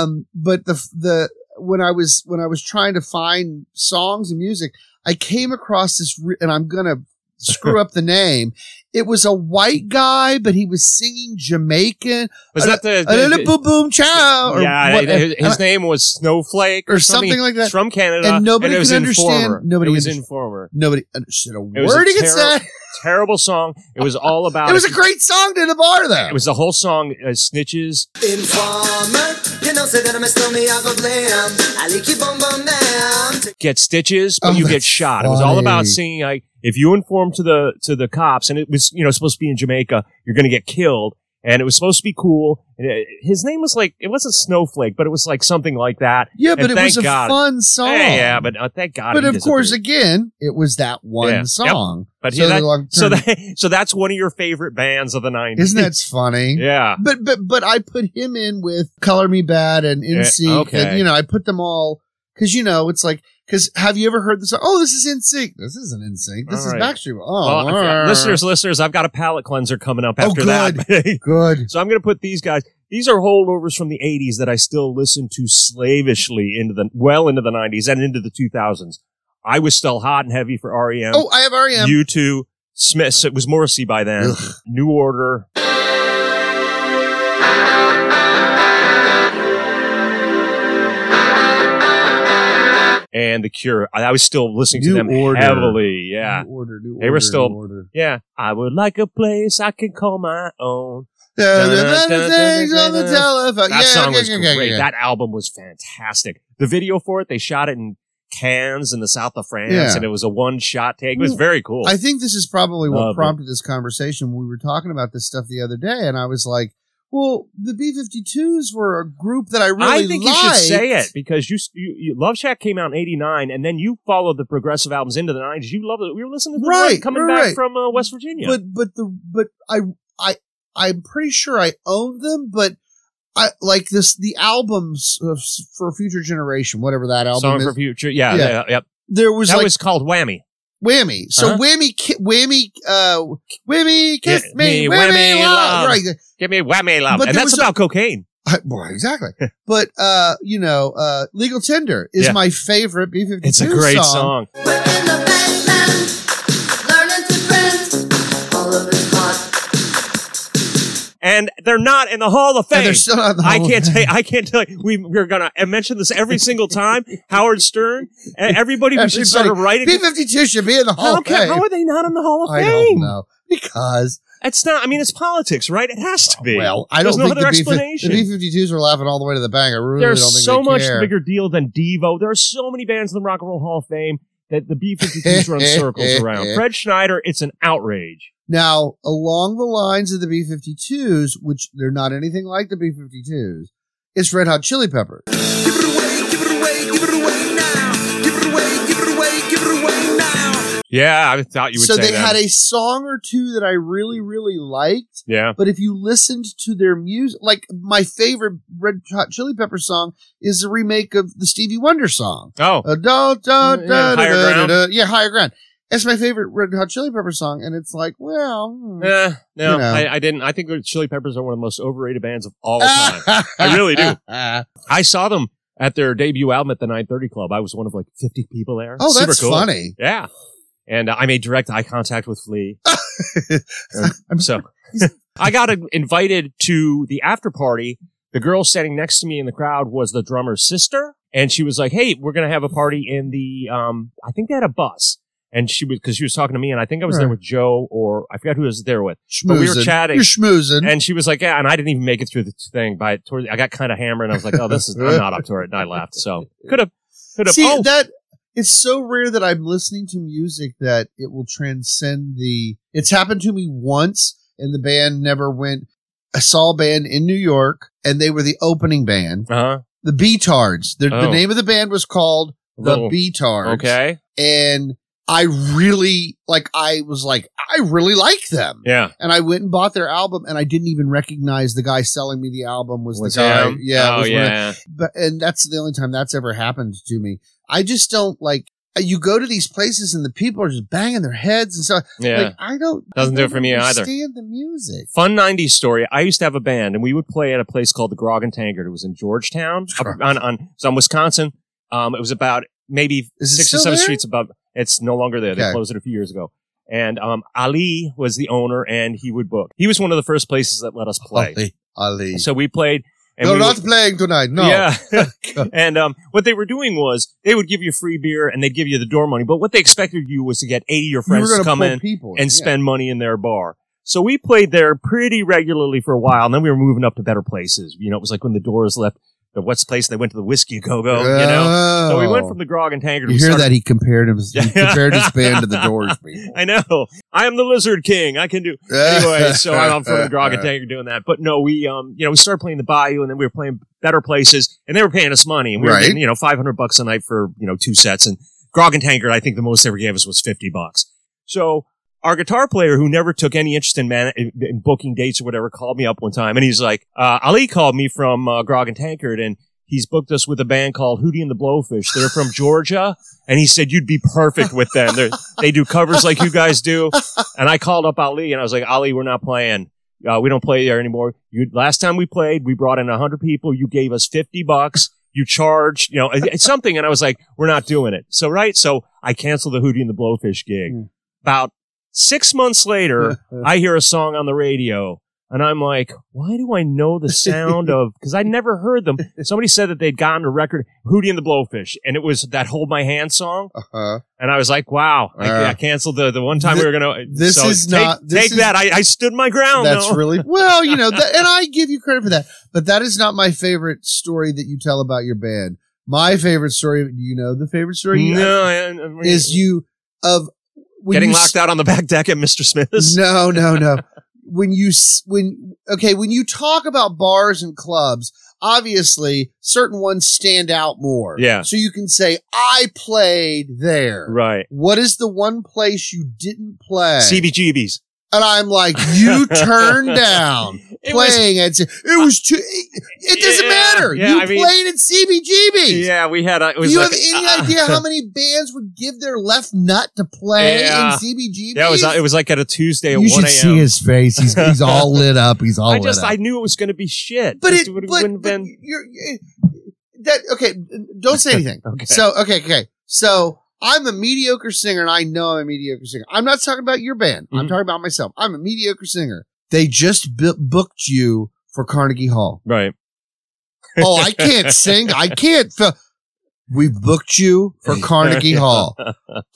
Speaker 1: Um, but the the when I was when I was trying to find songs and music, I came across this, re- and I'm gonna
Speaker 2: [LAUGHS]
Speaker 1: screw up the name. It was a white guy, but he was singing Jamaican.
Speaker 2: Was that the?
Speaker 1: A
Speaker 2: the-
Speaker 1: little boom boom chow, or
Speaker 2: yeah,
Speaker 1: what-
Speaker 2: his,
Speaker 1: and I-
Speaker 2: his name was Snowflake
Speaker 1: or something like
Speaker 2: He's
Speaker 1: that.
Speaker 2: from Canada,
Speaker 1: And nobody
Speaker 2: it was
Speaker 1: could understand-
Speaker 2: Informer.
Speaker 1: nobody
Speaker 2: it was
Speaker 1: understood.
Speaker 2: Informer.
Speaker 1: Nobody understood a
Speaker 2: It was
Speaker 1: word
Speaker 2: a
Speaker 1: he could
Speaker 2: terri-
Speaker 1: say.
Speaker 2: Terrible song. It was all about.
Speaker 1: It was a great song to the bar, though.
Speaker 2: It was the whole song. Uh, Snitches.
Speaker 4: Informer, you know, say that I'm a stormy, I go blam. I lick your bum bum down.
Speaker 2: get stitches, but
Speaker 1: Oh,
Speaker 2: you get
Speaker 1: that's
Speaker 2: shot. It was all about
Speaker 1: funny.
Speaker 2: singing like if you inform to the to the cops, and it was you know supposed to be in Jamaica, you're going to get killed. and it was supposed to be cool. And it- his name was like it wasn't Snowflake, but it was like something like that.
Speaker 1: Yeah,
Speaker 2: And
Speaker 1: but it
Speaker 2: thank
Speaker 1: was a
Speaker 2: God.
Speaker 1: fun song.
Speaker 2: Hey, yeah, but uh, thank God.
Speaker 1: Oh. but
Speaker 2: he
Speaker 1: of course,
Speaker 2: disappeared.
Speaker 1: again, it was that one
Speaker 2: Yeah, yep.
Speaker 1: song.
Speaker 2: But
Speaker 1: so,
Speaker 2: yeah,
Speaker 1: they
Speaker 2: that-
Speaker 1: long-
Speaker 2: so that so that's one of your favorite bands of the nineties,
Speaker 1: isn't that funny?
Speaker 2: Yeah,
Speaker 1: But but but I put him in with Color Me Bad and In Sync,
Speaker 2: okay.
Speaker 1: and you know I put them all because you know it's like because have you ever heard the song? Oh, this is In Sync. This isn't In Sync. This
Speaker 2: All
Speaker 1: is
Speaker 2: right.
Speaker 1: Backstreet. Boys. Oh,
Speaker 2: Well,
Speaker 1: all
Speaker 2: if-
Speaker 1: right.
Speaker 2: listeners, listeners, I've got a palate cleanser coming up
Speaker 1: Oh,
Speaker 2: after that.
Speaker 1: good.
Speaker 2: [LAUGHS] so I'm going to put these guys. These are holdovers from the '80s that I still listen to slavishly into the well into the '90s and into the 2000s. I was still hot and heavy for REM.
Speaker 1: Oh, I have REM.
Speaker 2: You two, Smiths. It was Morrissey by then.
Speaker 1: Ugh.
Speaker 2: New Order. And The Cure. I, I was still listening to
Speaker 1: New
Speaker 2: them
Speaker 1: Order.
Speaker 2: heavily. Yeah.
Speaker 1: New order, new
Speaker 2: They were
Speaker 1: order,
Speaker 2: still-
Speaker 1: new order.
Speaker 2: Yeah. I would like a place I can call my own.
Speaker 1: Dun, dun, dun, dun, things on the telephone.
Speaker 2: That
Speaker 1: Uh, Yeah,
Speaker 2: song
Speaker 1: okay,
Speaker 2: was
Speaker 1: okay, okay,
Speaker 2: great.
Speaker 1: okay.
Speaker 2: That album was fantastic. The video for it, they shot it in Cannes in the south of France,
Speaker 1: Yeah. Mm.
Speaker 2: and it was a one shot take. It was very cool.
Speaker 1: I think this is probably what
Speaker 2: Uh, but-
Speaker 1: prompted this conversation. We were talking about this stuff the other day, and I was like, "Well, the B 52s were a group that I really
Speaker 2: I think
Speaker 1: liked.
Speaker 2: you should say it because you, you, you Love Shack came out in '89, and then you followed the progressive albums into the '90s. You loved it. We were listening to the
Speaker 1: Right,
Speaker 2: one coming
Speaker 1: right,
Speaker 2: back
Speaker 1: right.
Speaker 2: from uh, West Virginia.
Speaker 1: But but the but I I I'm pretty sure I owned them, but I like this the albums of, for Future Generation, whatever that album
Speaker 2: Song
Speaker 1: is.
Speaker 2: for Future, yeah,
Speaker 1: Yeah.
Speaker 2: yeah, yep.
Speaker 1: there was
Speaker 2: that
Speaker 1: like
Speaker 2: was called Whammy.
Speaker 1: Whammy. So
Speaker 2: Uh-huh.
Speaker 1: whammy, ki- whammy, uh, whammy, kiss
Speaker 2: Yeah,
Speaker 1: me,
Speaker 2: me,
Speaker 1: whammy,
Speaker 2: whammy,
Speaker 1: love.
Speaker 2: love.
Speaker 1: Right.
Speaker 2: Give me Whammy love,
Speaker 1: But
Speaker 2: and
Speaker 1: there
Speaker 2: that's
Speaker 1: was a-
Speaker 2: about cocaine.
Speaker 1: [LAUGHS] I, well, exactly. but uh, you know, uh, "Legal Tender" is
Speaker 2: Yeah.
Speaker 1: my favorite B fifty two.
Speaker 2: It's a great song.
Speaker 4: We're in the basement, learning to print. All of it's hot.
Speaker 2: and they're not in the Hall of Fame.
Speaker 1: And they're still not in the
Speaker 2: I
Speaker 1: Hall of
Speaker 2: can't
Speaker 1: Fame.
Speaker 2: tell. I can't tell. You, we, we're gonna I mention this every
Speaker 1: [LAUGHS]
Speaker 2: single time. Howard Stern, and everybody, we should sort of write
Speaker 1: B
Speaker 2: it.
Speaker 1: fifty two should be in the Hall
Speaker 2: How,
Speaker 1: of
Speaker 2: can,
Speaker 1: Fame.
Speaker 2: how are they not in the Hall of
Speaker 1: I don't
Speaker 2: Fame?
Speaker 1: know because
Speaker 2: It's not. I mean, it's politics, right? It has to be.
Speaker 1: well, I
Speaker 2: There's
Speaker 1: don't
Speaker 2: no
Speaker 1: think
Speaker 2: other
Speaker 1: the B
Speaker 2: explanation.
Speaker 1: fifty twos are laughing all the way to the bank. I really
Speaker 2: There's
Speaker 1: don't think
Speaker 2: so
Speaker 1: they
Speaker 2: much
Speaker 1: care.
Speaker 2: bigger deal than Devo. There are so many bands in the Rock and Roll Hall of Fame that the B-52s
Speaker 1: [LAUGHS]
Speaker 2: run circles around. Fred Schneider, it's an outrage.
Speaker 1: Now, along the lines of the B 52s, which they're not anything like the B 52s, it's Red Hot Chili Pepper.
Speaker 3: Give it away, give it away, give it away now. Give it away, give it away, give it away now.
Speaker 2: Yeah, I thought you would
Speaker 1: So
Speaker 2: say
Speaker 1: they
Speaker 2: that.
Speaker 1: had a song or two that I really, really liked.
Speaker 2: yeah.
Speaker 1: But if you listened to their music, like my favorite Red Hot Chili Pepper song is the remake of the Stevie Wonder song.
Speaker 2: Oh,
Speaker 1: Uh, da, da,
Speaker 2: Yeah,
Speaker 1: da, da,
Speaker 2: Higher
Speaker 1: da,
Speaker 2: Ground.
Speaker 1: da, da. Yeah, higher ground. That's my favorite Red Hot Chili Pepper song, and it's like, well, hmm.
Speaker 2: eh, no,
Speaker 1: You know.
Speaker 2: I, I didn't. I think the Chili Peppers are one of the most overrated bands of all
Speaker 1: Ah!
Speaker 2: time. I
Speaker 1: [LAUGHS]
Speaker 2: really do.
Speaker 1: Oh,
Speaker 2: I saw them at their debut album at the 930 Club. I was one of like 50 people there.
Speaker 1: Oh,
Speaker 2: Super
Speaker 1: that's
Speaker 2: cool.
Speaker 1: funny.
Speaker 2: Yeah. And uh, I made direct eye contact with
Speaker 1: [LAUGHS]
Speaker 2: Flea.
Speaker 1: I'm
Speaker 2: So I got uh, invited to the after party. The girl standing next to me in the crowd was the drummer's sister. And she was like, Hey, we're going to have a party in the, um, I think they had a bus. And she was, cause she was talking to me and I think I was there
Speaker 1: Right.
Speaker 2: with Joe or I forgot who I was there with.
Speaker 1: schmoozing.
Speaker 2: But we were chatting.
Speaker 1: You're schmoozing.
Speaker 2: And she was like, "Yeah," and I didn't even make it through the thing. By toward, I got kind of hammered, and I was like, "Oh, this is I'm not up to it," and I left. So could have, could have.
Speaker 1: See
Speaker 2: oh,
Speaker 1: that it's so rare that I'm listening to music that it will transcend the. It's happened to me once, and the band never went. I saw a band in New York, and they were the opening band,
Speaker 2: uh-huh.
Speaker 1: the Beatards. The, the
Speaker 2: Oh.
Speaker 1: name of the band was called the
Speaker 2: Little-
Speaker 1: Beatards.
Speaker 2: okay,
Speaker 1: and I really like. I was like, I really like them.
Speaker 2: yeah,
Speaker 1: And I went and bought their album, and I didn't even recognize the guy selling me the album was,
Speaker 2: Was
Speaker 1: the guy.
Speaker 2: him?
Speaker 1: Yeah, it
Speaker 2: oh
Speaker 1: was one of-
Speaker 2: yeah.
Speaker 1: but and that's the only time that's ever happened to me. I just don't like uh, you go to these places and the people are just banging their heads and stuff.
Speaker 2: Yeah.
Speaker 1: Like I don't
Speaker 2: Doesn't
Speaker 1: I
Speaker 2: do it for me either.
Speaker 1: Understand the music?
Speaker 2: Fun '90s story. I used to have a band, and we would play at a place called the Grog and Tankard. It was in Georgetown, up
Speaker 1: Sure.
Speaker 2: on on, it's on Wisconsin. Um, it was about maybe
Speaker 1: Is it
Speaker 2: six or
Speaker 1: still
Speaker 2: seven
Speaker 1: there?
Speaker 2: streets above. It's no longer there.
Speaker 1: Okay.
Speaker 2: They closed it a few years ago. And um, Ali was the owner, and he would book. He was one of the first places that let us play.
Speaker 1: Ali, Ali.
Speaker 2: So we played. And
Speaker 1: You're
Speaker 2: we would-
Speaker 1: not playing tonight. No.
Speaker 2: Yeah.
Speaker 1: [LAUGHS]
Speaker 2: [LAUGHS] and um, what they were doing was they would give you free beer and they'd give you the door money. But what they expected you was to get 80 of your
Speaker 1: You were
Speaker 2: friends
Speaker 1: gonna
Speaker 2: to come
Speaker 1: pull
Speaker 2: in
Speaker 1: people
Speaker 2: and spend money in their bar. So we played there pretty regularly for a while. And then we were moving up to better places. You know, it was like when the doors left. the what's the place they went to the whiskey go go. You know, so we went from the grog and tankard.
Speaker 1: Oh. You
Speaker 2: we
Speaker 1: hear
Speaker 2: started-
Speaker 1: that he compared him,
Speaker 2: [LAUGHS]
Speaker 1: he
Speaker 2: Yeah.
Speaker 1: compared his band to the Doors people.
Speaker 2: [LAUGHS] I know. I am the lizard king. I can do anyway. so I'm from
Speaker 1: [LAUGHS]
Speaker 2: the grog and tankard doing that. But no, we um, you know, we started playing the Bayou, and then we were playing better places, and they were paying us money, and we were
Speaker 1: Right.
Speaker 2: getting, you know 500 bucks a night for you know two sets, and grog and tankard. I think the most they ever gave us was 50 bucks. So our guitar player, who never took any interest in, man- in in booking dates or whatever, called me up one time, and he's like, uh, Ali called me from uh, Grog and Tankard, and he's booked us with a band called Hootie and the Blowfish. They're from Georgia, and he said you'd be perfect with them. They're, they do covers like you guys do. And I called up Ali, and I was like, Ali, we're not playing. Uh, we don't play there anymore. You, last time we played, we brought in hundred people. You gave us fifty bucks. You charged, you know, it- it's something. And I was like, we're not doing it. So right, so I canceled the Hootie and the Blowfish gig.
Speaker 1: Hmm.
Speaker 2: About six months later,
Speaker 1: [LAUGHS]
Speaker 2: I hear a song on the radio and I'm like, why do I know the sound of, cause I never heard them. Somebody said that they'd gotten a record, Hootie and the Blowfish, and it was that Hold My Hand song.
Speaker 1: Uh-huh.
Speaker 2: And I was like, wow, I,
Speaker 1: Uh.
Speaker 2: I canceled the, the one time
Speaker 1: Thi-
Speaker 2: we were going to,
Speaker 1: this is
Speaker 2: take,
Speaker 1: not- this
Speaker 2: take
Speaker 1: is-
Speaker 2: that. I, I stood my ground.
Speaker 1: That's
Speaker 2: though.
Speaker 1: really well, you know, that, and I give you credit for that. But that is not my favorite story that you tell about your band. My favorite story, do you know, the favorite story you-
Speaker 2: [LAUGHS] no, I- I-
Speaker 1: is you of when
Speaker 2: getting
Speaker 1: you
Speaker 2: locked out on the back deck at Mr. Smith's.
Speaker 1: No, no, no. when you s- when okay, when you talk about bars and clubs, obviously certain ones stand out more.
Speaker 2: Yeah.
Speaker 1: So you can say I played there.
Speaker 2: Right.
Speaker 1: What is the one place you didn't play?
Speaker 2: CBGB's.
Speaker 1: and I'm like,
Speaker 2: [LAUGHS]
Speaker 1: you turned down
Speaker 2: It was-
Speaker 1: playing at. It was too. It, it doesn't
Speaker 2: Yeah,
Speaker 1: matter.
Speaker 2: yeah,
Speaker 1: you
Speaker 2: I mean-
Speaker 1: played at CBGB's.
Speaker 2: yeah, we had, a, it
Speaker 1: Do
Speaker 2: was
Speaker 1: you
Speaker 2: like- uh,
Speaker 1: have any idea
Speaker 2: [LAUGHS]
Speaker 1: how many bands would give their left nut to play
Speaker 2: Yeah.
Speaker 1: in CBGB's?
Speaker 2: Yeah, it was, it was like at a Tuesday at
Speaker 1: you
Speaker 2: 1
Speaker 1: should see
Speaker 2: a.m.
Speaker 1: his face. He's,
Speaker 2: [LAUGHS]
Speaker 1: he's all lit up. He's all
Speaker 2: I
Speaker 1: lit
Speaker 2: just,
Speaker 1: up.
Speaker 2: I knew it was going to be shit.
Speaker 1: but
Speaker 2: This
Speaker 1: it,
Speaker 2: would-
Speaker 1: but,
Speaker 2: wouldn't have
Speaker 1: but
Speaker 2: been-
Speaker 1: you're, you- that okay. Don't [LAUGHS] say anything.
Speaker 2: Okay.
Speaker 1: So okay, okay. So I'm a mediocre singer, and I know I'm a mediocre singer. I'm not talking about your band. I'm
Speaker 2: Mhm.
Speaker 1: talking about myself. I'm a mediocre singer. They just bu- booked you for Carnegie Hall.
Speaker 2: Right.
Speaker 1: Oh, I can't sing. I can't. fi- we booked you for Carnegie Hall.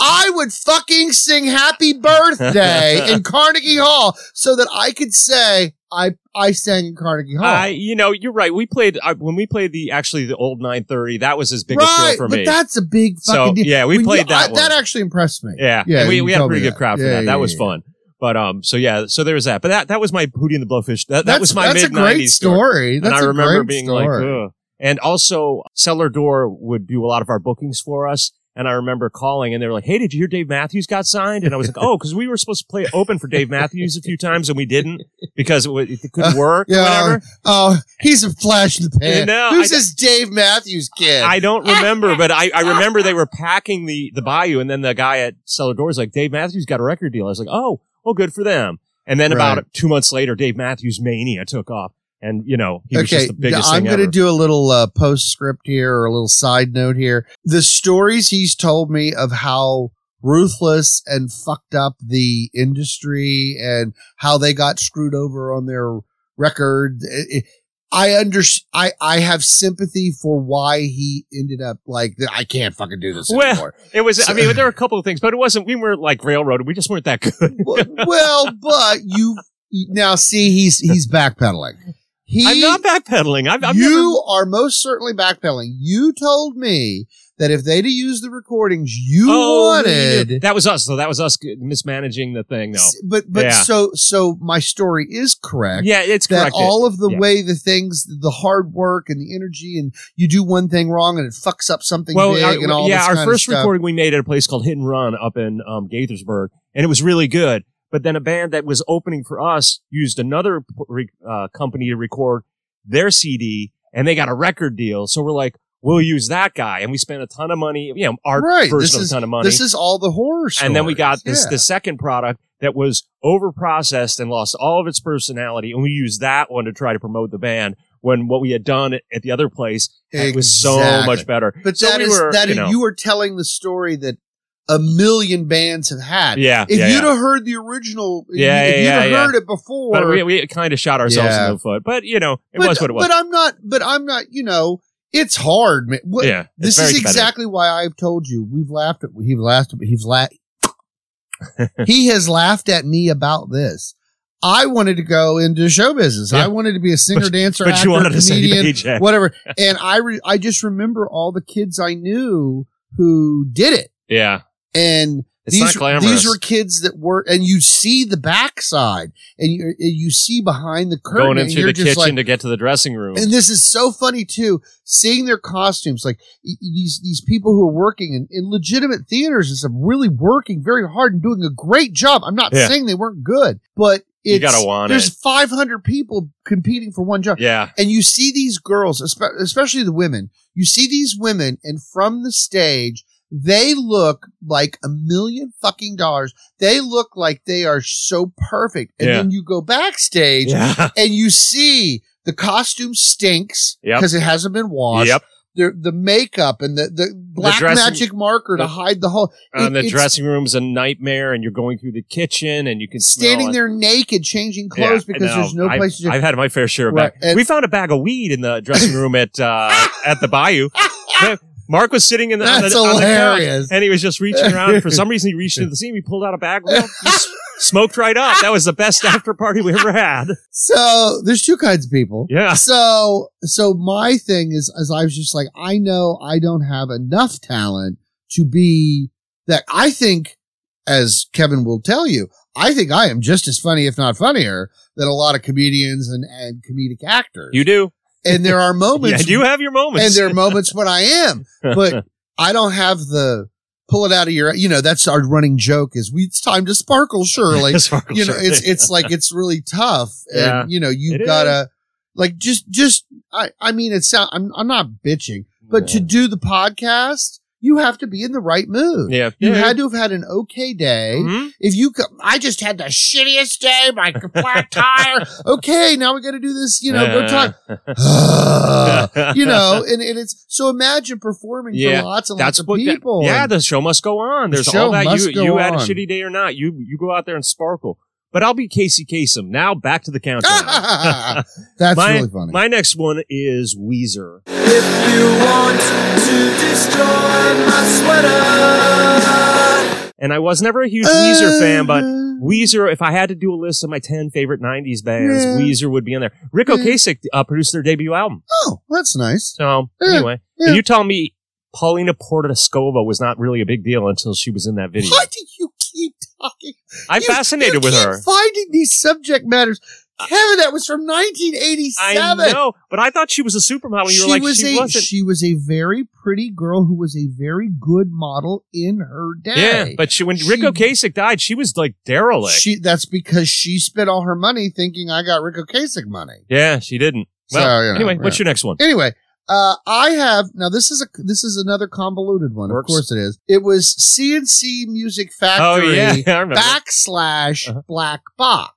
Speaker 1: I would fucking sing Happy Birthday
Speaker 2: [LAUGHS]
Speaker 1: in Carnegie Hall so that I could say I I sang in Carnegie Hall.
Speaker 2: I, you know, you're right. We played I, when we played the actually the old 930. That was his biggest
Speaker 1: right,
Speaker 2: show for
Speaker 1: but
Speaker 2: me.
Speaker 1: that's a big fucking
Speaker 2: so
Speaker 1: deal.
Speaker 2: yeah, we
Speaker 1: When
Speaker 2: played
Speaker 1: you-
Speaker 2: that
Speaker 1: I-
Speaker 2: one.
Speaker 1: That actually impressed me.
Speaker 2: yeah,
Speaker 1: yeah,
Speaker 2: And we,
Speaker 1: you
Speaker 2: we had a
Speaker 1: told me
Speaker 2: pretty
Speaker 1: that.
Speaker 2: good crowd for
Speaker 1: Yeah,
Speaker 2: that.
Speaker 1: yeah,
Speaker 2: that was
Speaker 1: yeah.
Speaker 2: fun. But um, so yeah, so there was that. But that that was my Hootie and the Blowfish. That, that
Speaker 1: That's-
Speaker 2: was my
Speaker 1: that's
Speaker 2: mid
Speaker 1: a great
Speaker 2: 90s story.
Speaker 1: story. That's
Speaker 2: and I
Speaker 1: a
Speaker 2: remember
Speaker 1: great
Speaker 2: being
Speaker 1: story.
Speaker 2: like, Ugh. and also Cellar Door would do a lot of our bookings for us. And I remember calling and they were like, Hey, did you hear Dave Matthews got signed? And I was like, Oh, because we were supposed to play open for Dave Matthews a few times and we didn't because it, wa- it
Speaker 1: [LAUGHS]
Speaker 2: couldn't work or
Speaker 1: yeah,
Speaker 2: whatever.
Speaker 1: oh, he's a flash in the pan.
Speaker 2: No,
Speaker 1: Who's
Speaker 2: I-
Speaker 1: this Dave Matthews kid?
Speaker 2: I don't remember, but I, I remember they were packing the, the bayou, and then the guy at Cellar Door was like, Dave Matthews got a record deal. I was like, oh, well, good for them. And then
Speaker 1: Right.
Speaker 2: about two months later, Dave Matthews Mania took off, and, you know, he was just the biggest
Speaker 1: I'm
Speaker 2: thing
Speaker 1: gonna
Speaker 2: ever.
Speaker 1: do a little uh, postscript here or a little side note here. The stories he's told me of how ruthless and fucked up the industry and how they got screwed over on their record. it- it- I under I I have sympathy for why he ended up like I can't fucking do this
Speaker 2: Well- [LAUGHS]
Speaker 1: anymore.
Speaker 2: it was, I mean, there were a couple of things, but it wasn't, we weren't like railroaded. We just weren't that good.
Speaker 1: well, well, but you now see he's he's backpedaling. [LAUGHS] He
Speaker 2: I'm not backpedaling. I've, I've
Speaker 1: you are most certainly backpedaling. You told me that if they'd have used the recordings you
Speaker 2: never, Oh,
Speaker 1: wanted,
Speaker 2: yeah. That was us, though. That was us mismanaging the thing, though.
Speaker 1: s- but but
Speaker 2: Yeah.
Speaker 1: so so my story is correct.
Speaker 2: Yeah, it's
Speaker 1: That
Speaker 2: correct.
Speaker 1: all of the
Speaker 2: Yeah.
Speaker 1: way the things, the hard work and the energy, and you do one thing wrong and it fucks up something big
Speaker 2: our,
Speaker 1: and all
Speaker 2: yeah,
Speaker 1: this
Speaker 2: our
Speaker 1: kind
Speaker 2: first
Speaker 1: of stuff.
Speaker 2: recording we made at a place called Hit and Run up in um, Gaithersburg, and it was really good. But then a band that was opening for us used another p- re- uh, company to record their CD, and they got a record deal. So we're like, we'll use that guy, and we spent a ton of money. You know, our
Speaker 1: Right,
Speaker 2: version
Speaker 1: this
Speaker 2: of a ton of money.
Speaker 1: This is all the horror. Stories.
Speaker 2: and then we got this
Speaker 1: Yeah.
Speaker 2: the second product that was over processed and lost all of its personality, and we used that one to try to promote the band. When what we had done at at the other place it was so
Speaker 1: Exactly.
Speaker 2: much better.
Speaker 1: But
Speaker 2: so
Speaker 1: that
Speaker 2: we
Speaker 1: is
Speaker 2: were,
Speaker 1: that
Speaker 2: you
Speaker 1: is-
Speaker 2: know,
Speaker 1: you are telling the story that a million bands have had.
Speaker 2: yeah,
Speaker 1: If
Speaker 2: yeah,
Speaker 1: you'd
Speaker 2: yeah.
Speaker 1: have heard the original,
Speaker 2: Yeah,
Speaker 1: if you'd
Speaker 2: yeah,
Speaker 1: have
Speaker 2: yeah.
Speaker 1: heard it before,
Speaker 2: But we, we kind of shot ourselves
Speaker 1: Yeah.
Speaker 2: in the foot. But you know, it
Speaker 1: but,
Speaker 2: was what it was.
Speaker 1: But uh, I'm not. But I'm not. You know, it's hard. Man. What,
Speaker 2: yeah,
Speaker 1: this
Speaker 2: it's very
Speaker 1: is
Speaker 2: competitive.
Speaker 1: exactly why I've told you we've laughed. At,
Speaker 2: [LAUGHS]
Speaker 1: he's laughed. He's laughed. he has laughed at me about this. I wanted to go into show business.
Speaker 2: Yeah.
Speaker 1: I wanted to be a singer, dancer,
Speaker 2: but
Speaker 1: actor,
Speaker 2: you wanted to say
Speaker 1: comedian,
Speaker 2: paycheck. [LAUGHS]
Speaker 1: whatever. And I re- I just remember all the kids I knew who did it,
Speaker 2: Yeah.
Speaker 1: and
Speaker 2: It's
Speaker 1: these
Speaker 2: not glamorous.
Speaker 1: these were kids that were, and you see the backside, and you and you see behind the curtain,
Speaker 2: going in
Speaker 1: and
Speaker 2: through
Speaker 1: you're
Speaker 2: the
Speaker 1: just like,
Speaker 2: kitchen to get to the dressing room.
Speaker 1: and this is so funny too, seeing their costumes, like y- y- these these people who are working in, in legitimate theaters and stuff, really working very hard and doing a great job. I'm not
Speaker 2: Yeah.
Speaker 1: saying they weren't good, but
Speaker 2: You
Speaker 1: it's,
Speaker 2: gotta want
Speaker 1: there's
Speaker 2: it.
Speaker 1: 500 people competing for one job,
Speaker 2: yeah.
Speaker 1: and you see these girls, espe- especially the women. You see these women, and from the stage, they look like a million fucking dollars. They look like they are so perfect, and
Speaker 2: Yeah.
Speaker 1: then you go backstage
Speaker 2: [LAUGHS] Yeah.
Speaker 1: and you see the costume stinks
Speaker 2: Yep.
Speaker 1: because it hasn't been washed.
Speaker 2: Yep.
Speaker 1: The, the makeup and the, the black
Speaker 2: dressing-
Speaker 1: magic marker to
Speaker 2: the-
Speaker 1: hide the whole.
Speaker 2: And
Speaker 1: it-
Speaker 2: the
Speaker 1: it's
Speaker 2: dressing room's a nightmare, and you're going through the kitchen, and you can smell
Speaker 1: standing
Speaker 2: it.
Speaker 1: there naked, changing clothes
Speaker 2: Yeah,
Speaker 1: because there's no
Speaker 2: I've,
Speaker 1: place to.
Speaker 2: I've had my fair share of
Speaker 1: Right,
Speaker 2: bags.
Speaker 1: and-
Speaker 2: we found a bag of weed in the dressing room at uh,
Speaker 1: [LAUGHS]
Speaker 2: at the bayou. Mark was sitting in the, on the,
Speaker 1: That's
Speaker 2: on the couch,
Speaker 1: hilarious.
Speaker 2: and he was
Speaker 1: [LAUGHS]
Speaker 2: just reaching around. For some reason, he reached into the seam. He pulled out a bag, well, just smoked right up. That was the best after party we ever had.
Speaker 1: so there's two kinds of people.
Speaker 2: [LAUGHS] Yeah,
Speaker 1: So so my thing is, as I was just like, I know I don't have enough talent to be that. I think, as Kevin will tell you, I think I am just as funny, if not funnier, than a lot of comedians and and comedic actors.
Speaker 2: you do.
Speaker 1: and there
Speaker 2: [LAUGHS]
Speaker 1: are
Speaker 2: Yeah,
Speaker 1: moments
Speaker 2: you have your moments. [LAUGHS]
Speaker 1: and there are moments when I am, but I don't have the pull it out of your you know, that's our running joke is we it's time to sparkle,
Speaker 2: [LAUGHS]
Speaker 1: Shirley.
Speaker 2: Sparkle
Speaker 1: you know,
Speaker 2: shirt.
Speaker 1: it's it's
Speaker 2: [LAUGHS]
Speaker 1: like it's really tough. And
Speaker 2: Yeah.
Speaker 1: you know, you've
Speaker 2: It
Speaker 1: gotta like just just I, I mean it's sound I'm I'm not bitching, but to
Speaker 2: Yeah.
Speaker 1: do the podcast, you have to be in the right mood.
Speaker 2: yeah,
Speaker 1: You
Speaker 2: Yeah.
Speaker 1: had to have had an okay day.
Speaker 2: Mhm.
Speaker 1: If you, co- I just had the shittiest day. My
Speaker 2: [LAUGHS]
Speaker 1: flat tire. Okay, now we got to do this. You know,
Speaker 2: Mm-hmm.
Speaker 1: go talk. uh,
Speaker 2: [LAUGHS]
Speaker 1: you know, and, and it's so imagine performing
Speaker 2: Yeah,
Speaker 1: for lots and
Speaker 2: That's
Speaker 1: lots
Speaker 2: what
Speaker 1: of people.
Speaker 2: yeah,
Speaker 1: [LAUGHS] and-
Speaker 2: the show must go on.
Speaker 1: The
Speaker 2: There's
Speaker 1: show
Speaker 2: all that.
Speaker 1: must
Speaker 2: you
Speaker 1: go
Speaker 2: you had a
Speaker 1: on.
Speaker 2: shitty day or not, you you go out there and sparkle. But I'll be Casey Kasem. Now back to the
Speaker 1: [LAUGHS]
Speaker 2: countdown.
Speaker 1: that's
Speaker 2: my,
Speaker 1: really funny.
Speaker 2: My next one is Weezer.
Speaker 4: If you want to destroy my sweater,
Speaker 2: And I was never a huge
Speaker 1: Uh,
Speaker 2: Weezer fan, but Weezer, if I had to do a list of my 10 favorite 90s bands,
Speaker 1: Yeah.
Speaker 2: Weezer would be in there. Rick
Speaker 1: Yeah.
Speaker 2: Ocasek uh, produced their debut album.
Speaker 1: oh, that's nice.
Speaker 2: So,
Speaker 1: Yeah.
Speaker 2: anyway,
Speaker 1: Yeah.
Speaker 2: and you tell me Paulina Portascova was not really a big deal until she was in that video.
Speaker 1: Why do you keep talking?
Speaker 2: I'm
Speaker 1: You-
Speaker 2: fascinated
Speaker 1: you
Speaker 2: with
Speaker 1: keep
Speaker 2: her.
Speaker 1: Finding these subject matters, Kevin. That was from 1987.
Speaker 2: I know, but I thought she was a supermodel. You
Speaker 1: she
Speaker 2: were like,
Speaker 1: was
Speaker 2: she
Speaker 1: a
Speaker 2: wasn't.
Speaker 1: she was a very pretty girl who was a very good model in her day.
Speaker 2: Yeah, but she, when
Speaker 1: She-
Speaker 2: Rick Ocasek died, she was like derelict.
Speaker 1: she that's because she spent all her money thinking I got Rick Ocasek money.
Speaker 2: yeah, she didn't.
Speaker 1: So,
Speaker 2: Well,
Speaker 1: you know,
Speaker 2: anyway,
Speaker 1: yeah.
Speaker 2: what's your next one?
Speaker 1: Anyway, uh, I have now. This is a this is another convoluted one.
Speaker 2: Works.
Speaker 1: Of course, it is. It was CNC Music Factory
Speaker 2: Oh yeah, [LAUGHS] I remember.
Speaker 1: backslash
Speaker 2: Uh-huh.
Speaker 1: Black Box.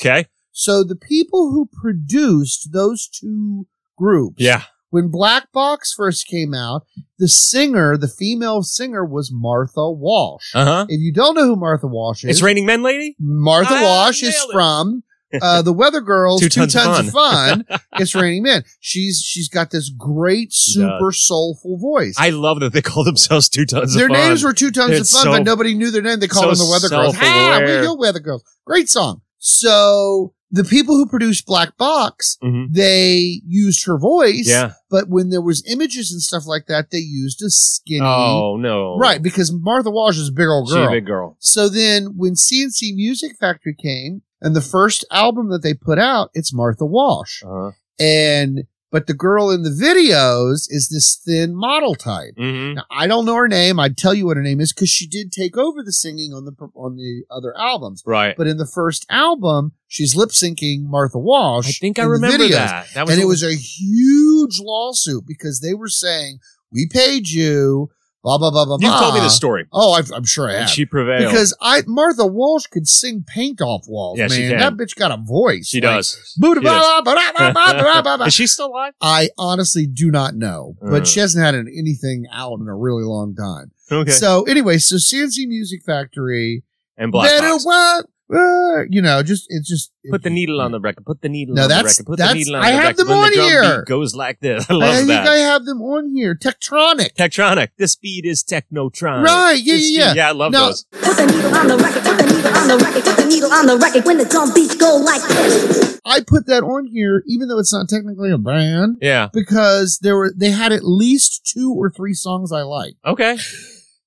Speaker 2: Okay,
Speaker 1: So the people who produced those two groups,
Speaker 2: yeah,
Speaker 1: when Black Box first came out, the singer, the female singer, was Martha Walsh.
Speaker 2: uh huh.
Speaker 1: If you don't know who Martha Walsh is,
Speaker 2: It's Raining Men, lady.
Speaker 1: Martha
Speaker 2: Ah,
Speaker 1: Walsh is
Speaker 2: nailed it. [LAUGHS]
Speaker 1: from uh, the Weather Girls.
Speaker 2: Two
Speaker 1: Two,
Speaker 2: Tons
Speaker 1: tons,
Speaker 2: of
Speaker 1: of fun.
Speaker 2: [LAUGHS]
Speaker 1: it's raining men. She's she's got this great, super soulful voice.
Speaker 2: I love that they call themselves two tons
Speaker 1: their
Speaker 2: of fun.
Speaker 1: names were Two Tons
Speaker 2: It's
Speaker 1: of Fun,
Speaker 2: so-
Speaker 1: but nobody knew their name. They
Speaker 2: so
Speaker 1: called them the Weather Girls. Ah,
Speaker 2: self-aware.
Speaker 1: we go Weather Girls. Great song. So the people who produced Black Box,
Speaker 2: Mhm.
Speaker 1: they used her voice,
Speaker 2: Yeah.
Speaker 1: but when there was images and stuff like that, they used a skinny.
Speaker 2: Oh no.
Speaker 1: Right, because Martha Walsh is a big old
Speaker 2: She's
Speaker 1: girl.
Speaker 2: a big girl.
Speaker 1: So then when CNC Music Factory came and the first album that they put out, it's Martha Walsh.
Speaker 2: Uh-huh.
Speaker 1: And but the girl in the videos is this thin model type.
Speaker 2: hmm
Speaker 1: Now, I don't know her name. I'd tell you what her name is cuz she did take over the singing on the on the other albums.
Speaker 2: Right.
Speaker 1: But in the first album, she's lip syncing Martha Walsh.
Speaker 2: I think I
Speaker 1: in the
Speaker 2: remember
Speaker 1: videos.
Speaker 2: that. That was
Speaker 1: And it
Speaker 2: a-
Speaker 1: was a huge lawsuit because they were saying, "We paid you, blah blah blah blah
Speaker 2: You
Speaker 1: blah."
Speaker 2: told me the story.
Speaker 1: Oh, I've, I'm sure I
Speaker 2: And
Speaker 1: have.
Speaker 2: she prevailed.
Speaker 1: Because I Martha Walsh could sing paint off walls,
Speaker 2: Yeah,
Speaker 1: man.
Speaker 2: she can.
Speaker 1: That bitch got a voice.
Speaker 2: she
Speaker 1: Like, [LAUGHS]
Speaker 2: does.
Speaker 1: "Boo-da-ba,
Speaker 2: She does.
Speaker 1: ba-da, ba-da, ba-da, ba-da."
Speaker 2: Is she still alive?
Speaker 1: I honestly do not know, but
Speaker 2: Uh.
Speaker 1: she hasn't had an, anything out in a really long time.
Speaker 2: Okay.
Speaker 1: So anyway, so CNC Music Factory,
Speaker 2: and Black
Speaker 1: better
Speaker 2: Box.
Speaker 1: what "Ah," you know, just it's just
Speaker 2: Put the needle on the record. Put the needle
Speaker 1: No,
Speaker 2: on the
Speaker 1: that's-
Speaker 2: record. Put the
Speaker 1: that's-
Speaker 2: needle on
Speaker 1: I
Speaker 2: the
Speaker 1: have
Speaker 2: record.
Speaker 1: them
Speaker 2: When the
Speaker 1: on
Speaker 2: drum
Speaker 1: here.
Speaker 2: beat goes like this. I
Speaker 1: I, I
Speaker 2: love
Speaker 1: think
Speaker 2: that.
Speaker 1: I have them on here. Tektronic.
Speaker 2: Tektronic. This beat is technotronic.
Speaker 1: Right, yeah,
Speaker 2: This
Speaker 1: yeah,
Speaker 2: beat- Yeah, I love
Speaker 1: No.
Speaker 2: those.
Speaker 5: Put the needle on the record, put the needle on the record, put the needle on the record when the drum beats go like this.
Speaker 1: I put that on here, even though it's not technically a band,
Speaker 2: Yeah.
Speaker 1: because there were they had at least two or three songs I liked,
Speaker 2: Okay.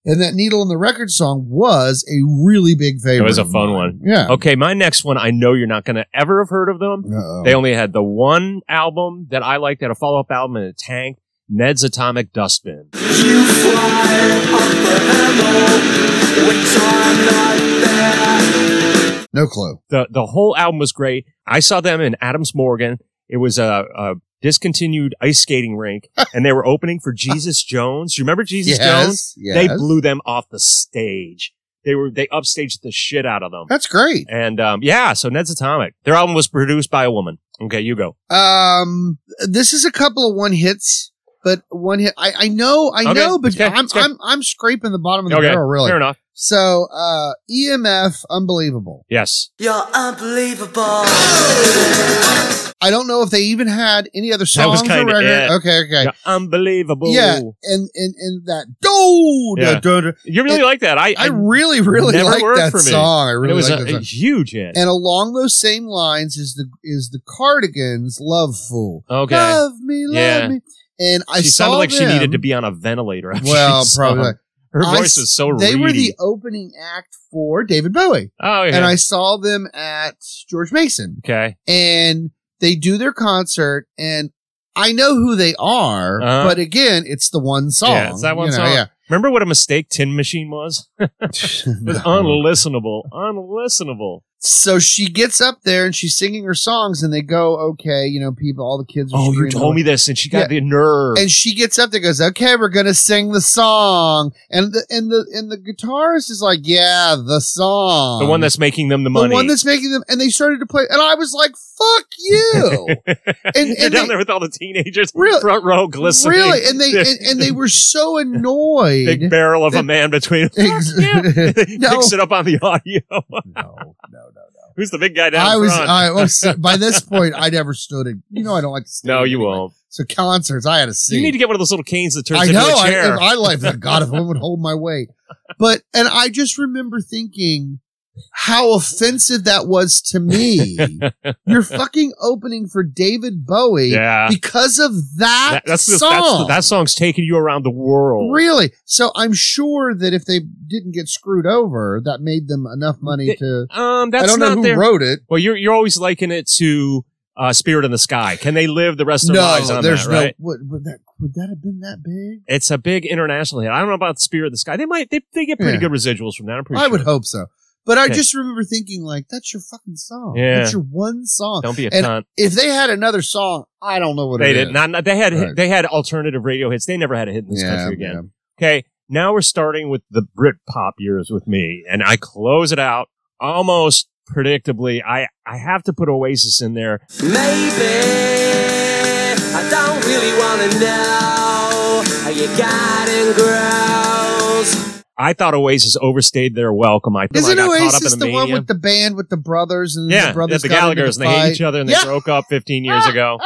Speaker 1: and that needle on the record song was a really big favorite.
Speaker 2: It was a
Speaker 1: of
Speaker 2: fun
Speaker 1: mine.
Speaker 2: one.
Speaker 1: Yeah.
Speaker 2: Okay, my next one. I know you're not going to ever have heard of them.
Speaker 1: Uh-oh.
Speaker 2: They only had the one album that I liked, had a follow up album and a tank. Ned's Atomic Dustbin.
Speaker 4: You fly up the hello, which I'm not there.
Speaker 1: no clue.
Speaker 2: The the whole album was great. I saw them in Adams Morgan. It was a, a discontinued ice
Speaker 1: [LAUGHS]
Speaker 2: skating rink, and they were opening for Jesus Jones. You remember Jesus Jones? They blew them off the stage. They were they upstaged the shit out of them.
Speaker 1: That's great.
Speaker 2: And um, yeah, so Ned's Atomic. Their album was produced by a woman. Okay, you go.
Speaker 1: Um, this is a couple of one hits, but one hit. I, I know, I
Speaker 2: Okay.
Speaker 1: know, but
Speaker 2: Okay.
Speaker 1: I'm,
Speaker 2: Okay.
Speaker 1: I'm I'm scraping the bottom of the
Speaker 2: Okay,
Speaker 1: barrel, really.
Speaker 2: fair enough.
Speaker 1: So, uh, EMF, unbelievable.
Speaker 2: Yes.
Speaker 4: You're unbelievable.
Speaker 1: I don't know if they even had any other
Speaker 2: That was
Speaker 1: songs or
Speaker 2: kinda
Speaker 1: record.
Speaker 2: it.
Speaker 1: Okay, okay.
Speaker 2: Yeah, unbelievable.
Speaker 1: Yeah, and and and that do da,
Speaker 2: Yeah.
Speaker 1: da, da.
Speaker 2: You really
Speaker 1: It-
Speaker 2: like that. I, I,
Speaker 1: I really really
Speaker 2: never
Speaker 1: like
Speaker 2: worked
Speaker 1: that
Speaker 2: for me.
Speaker 1: song. I
Speaker 2: it
Speaker 1: really
Speaker 2: was
Speaker 1: like
Speaker 2: a,
Speaker 1: that
Speaker 2: a
Speaker 1: song.
Speaker 2: huge hit.
Speaker 1: And along those same lines is the is the Cardigans' "Love Fool."
Speaker 2: okay.
Speaker 1: Love me, love
Speaker 2: Yeah.
Speaker 1: me. And I
Speaker 2: she
Speaker 1: saw
Speaker 2: sounded like she
Speaker 1: them-
Speaker 2: needed to be on a
Speaker 1: [LAUGHS]
Speaker 2: ventilator. after
Speaker 1: Well,
Speaker 2: she
Speaker 1: probably.
Speaker 2: sung. Her
Speaker 1: I s-
Speaker 2: voice is so
Speaker 1: they
Speaker 2: reedy.
Speaker 1: were the opening act for David Bowie,
Speaker 2: oh, yeah.
Speaker 1: and I saw them at George Mason,
Speaker 2: okay.
Speaker 1: and they do their concert, and I know who they are,
Speaker 2: Uh-huh.
Speaker 1: but again, it's the one song.
Speaker 2: Yeah, it's that one song. [LAUGHS]
Speaker 1: [LAUGHS]
Speaker 2: Remember what a mistake Tin Machine was? it
Speaker 1: [LAUGHS]
Speaker 2: was unlistenable. Unlistenable.
Speaker 1: So she gets up there and she's singing her songs, and they go, "Okay, you know, people, all the kids." Are
Speaker 2: Oh, you
Speaker 1: screaming."
Speaker 2: told me this, and she got
Speaker 1: Yeah.
Speaker 2: the nerve.
Speaker 1: And she gets up there, goes, "Okay, we're gonna sing the song," and the and the and the guitarist is like, "Yeah, the song,
Speaker 2: the one that's making them the money.
Speaker 1: The one that's making them, and they started to play, and I was like, "Fuck
Speaker 2: [LAUGHS]
Speaker 1: you!" and,
Speaker 2: You're
Speaker 1: and
Speaker 2: down
Speaker 1: they,
Speaker 2: there with all the teenagers,
Speaker 1: Really-
Speaker 2: front row glistening.
Speaker 1: really, and they and, and
Speaker 2: [LAUGHS]
Speaker 1: they were so annoyed.
Speaker 2: big barrel of a
Speaker 1: They-
Speaker 2: man between.
Speaker 1: [LAUGHS] Ex-
Speaker 2: Yeah. Picks it up on the audio. [LAUGHS]
Speaker 1: no, no, no, no.
Speaker 2: Who's the big guy down
Speaker 1: I was, uh,
Speaker 2: front?
Speaker 1: I was by this point, I never stood it. You know, I don't like
Speaker 2: [LAUGHS]
Speaker 1: to. Stand
Speaker 2: no, you
Speaker 1: anyway.
Speaker 2: won't.
Speaker 1: So concerts, I had to see.
Speaker 2: You need to get one of those little canes that turns
Speaker 1: I
Speaker 2: into
Speaker 1: know.
Speaker 2: a
Speaker 1: I,
Speaker 2: chair.
Speaker 1: if I like that. God,
Speaker 2: [LAUGHS]
Speaker 1: if one would hold my weight, but and I just remember thinking how offensive that was to
Speaker 2: [LAUGHS]
Speaker 1: me. You're fucking opening for David Bowie
Speaker 2: yeah.
Speaker 1: because of that,
Speaker 2: That, that's the,
Speaker 1: song.
Speaker 2: That's the, that song's taking you around the world.
Speaker 1: really. So I'm sure that if they didn't get screwed over, that made them enough money
Speaker 2: Th-
Speaker 1: to.
Speaker 2: Um, that's
Speaker 1: I don't
Speaker 2: not
Speaker 1: know who
Speaker 2: their.
Speaker 1: wrote it.
Speaker 2: well, you're you're always liking it to uh, Spirit in the Sky. Can they live the rest of their lives
Speaker 1: No,
Speaker 2: on
Speaker 1: there's
Speaker 2: that? Right.
Speaker 1: no. Would, would that would that have been that big?
Speaker 2: It's a big international hit. I don't know about Spirit in the Sky. They might they, they get pretty
Speaker 1: Yeah.
Speaker 2: good residuals from that. I'm pretty
Speaker 1: I
Speaker 2: sure.
Speaker 1: would hope so. But I
Speaker 2: Okay.
Speaker 1: just remember thinking, like, that's your fucking song.
Speaker 2: Yeah.
Speaker 1: That's your one song.
Speaker 2: Don't be a
Speaker 1: And
Speaker 2: cunt.
Speaker 1: If they had another song, I don't know what
Speaker 2: They
Speaker 1: it
Speaker 2: did
Speaker 1: is.
Speaker 2: not. not- They had
Speaker 1: Right.
Speaker 2: they had alternative radio hits. They never had a hit in this
Speaker 1: Yeah,
Speaker 2: country again. Okay, now we're starting with the Britpop years with me, and I close it out almost predictably. I I have to put Oasis in there.
Speaker 4: Maybe I don't really wanna know how you got in grows.
Speaker 2: I thought Oasis overstayed their welcome. I feel
Speaker 1: Isn't
Speaker 2: like I caught up
Speaker 1: Oasis
Speaker 2: in the,
Speaker 1: the, one
Speaker 2: mania.
Speaker 1: with the band with the brothers and
Speaker 2: yeah,
Speaker 1: the brothers
Speaker 2: the
Speaker 1: got into
Speaker 2: Gallagher's,
Speaker 1: the
Speaker 2: and they hate
Speaker 1: fight?
Speaker 2: each other, and
Speaker 1: Yeah.
Speaker 2: they broke up 15 years
Speaker 1: [LAUGHS]
Speaker 2: ago.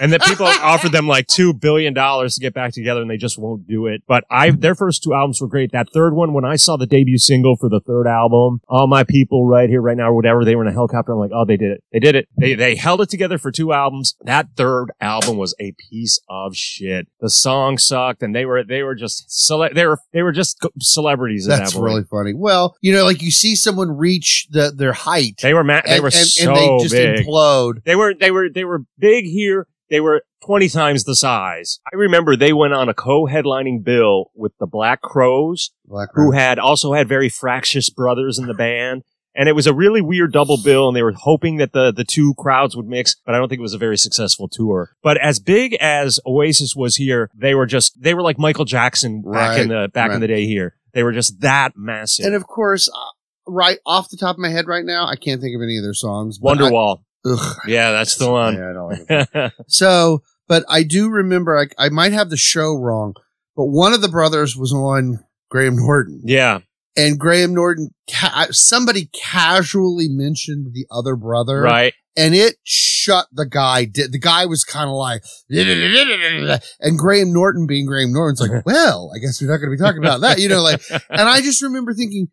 Speaker 2: And then people offered them like two billion dollars to get back together, and they just won't do it. But I, their first two albums were great. That third one, when I saw the debut single for the third album, "All My People Right Here, Right Now" or whatever, they were in a helicopter. I'm like, oh, they did it, they did it. They they held it together for two albums. That third album was a piece of shit. The song sucked, and they were they were just cele- they were they were just co- celebrities. at
Speaker 1: That's
Speaker 2: that point.
Speaker 1: really funny. Well, you know, like you see someone reach the, their height,
Speaker 2: They were ma- they
Speaker 1: and,
Speaker 2: were
Speaker 1: and,
Speaker 2: so
Speaker 1: and they just
Speaker 2: big.
Speaker 1: implode.
Speaker 2: They were they were they were big here. They were 20 times the size. I remember they went on a co-headlining bill with the Black Crows,
Speaker 1: Black
Speaker 2: who had also had very fractious brothers in the band. And it was a really weird double bill, and they were hoping that the, the two crowds would mix, but I don't think it was a very successful tour. But as big as Oasis was here, they were just they were like Michael Jackson back in the back in
Speaker 1: right.
Speaker 2: the day here. They were just that massive.
Speaker 1: and of course, uh, right off the top of my head right now, I can't think of any of their songs. but I-
Speaker 2: Wonderwall.
Speaker 1: Ugh.
Speaker 2: yeah, that's still on.
Speaker 1: Yeah, I don't like it. So, but I do remember, I, I might have the show wrong, but one of the brothers was on Graham Norton.
Speaker 2: [LAUGHS] yeah.
Speaker 1: and Graham Norton, ca- somebody casually mentioned the other brother,
Speaker 2: Right.
Speaker 1: and it shut the guy. Did the guy was kind of like, [LAUGHS] and Graham Norton being Graham Norton's like,
Speaker 2: [LAUGHS]
Speaker 1: well, I guess we're not going to be talking about that, you know, like. And I just remember thinking,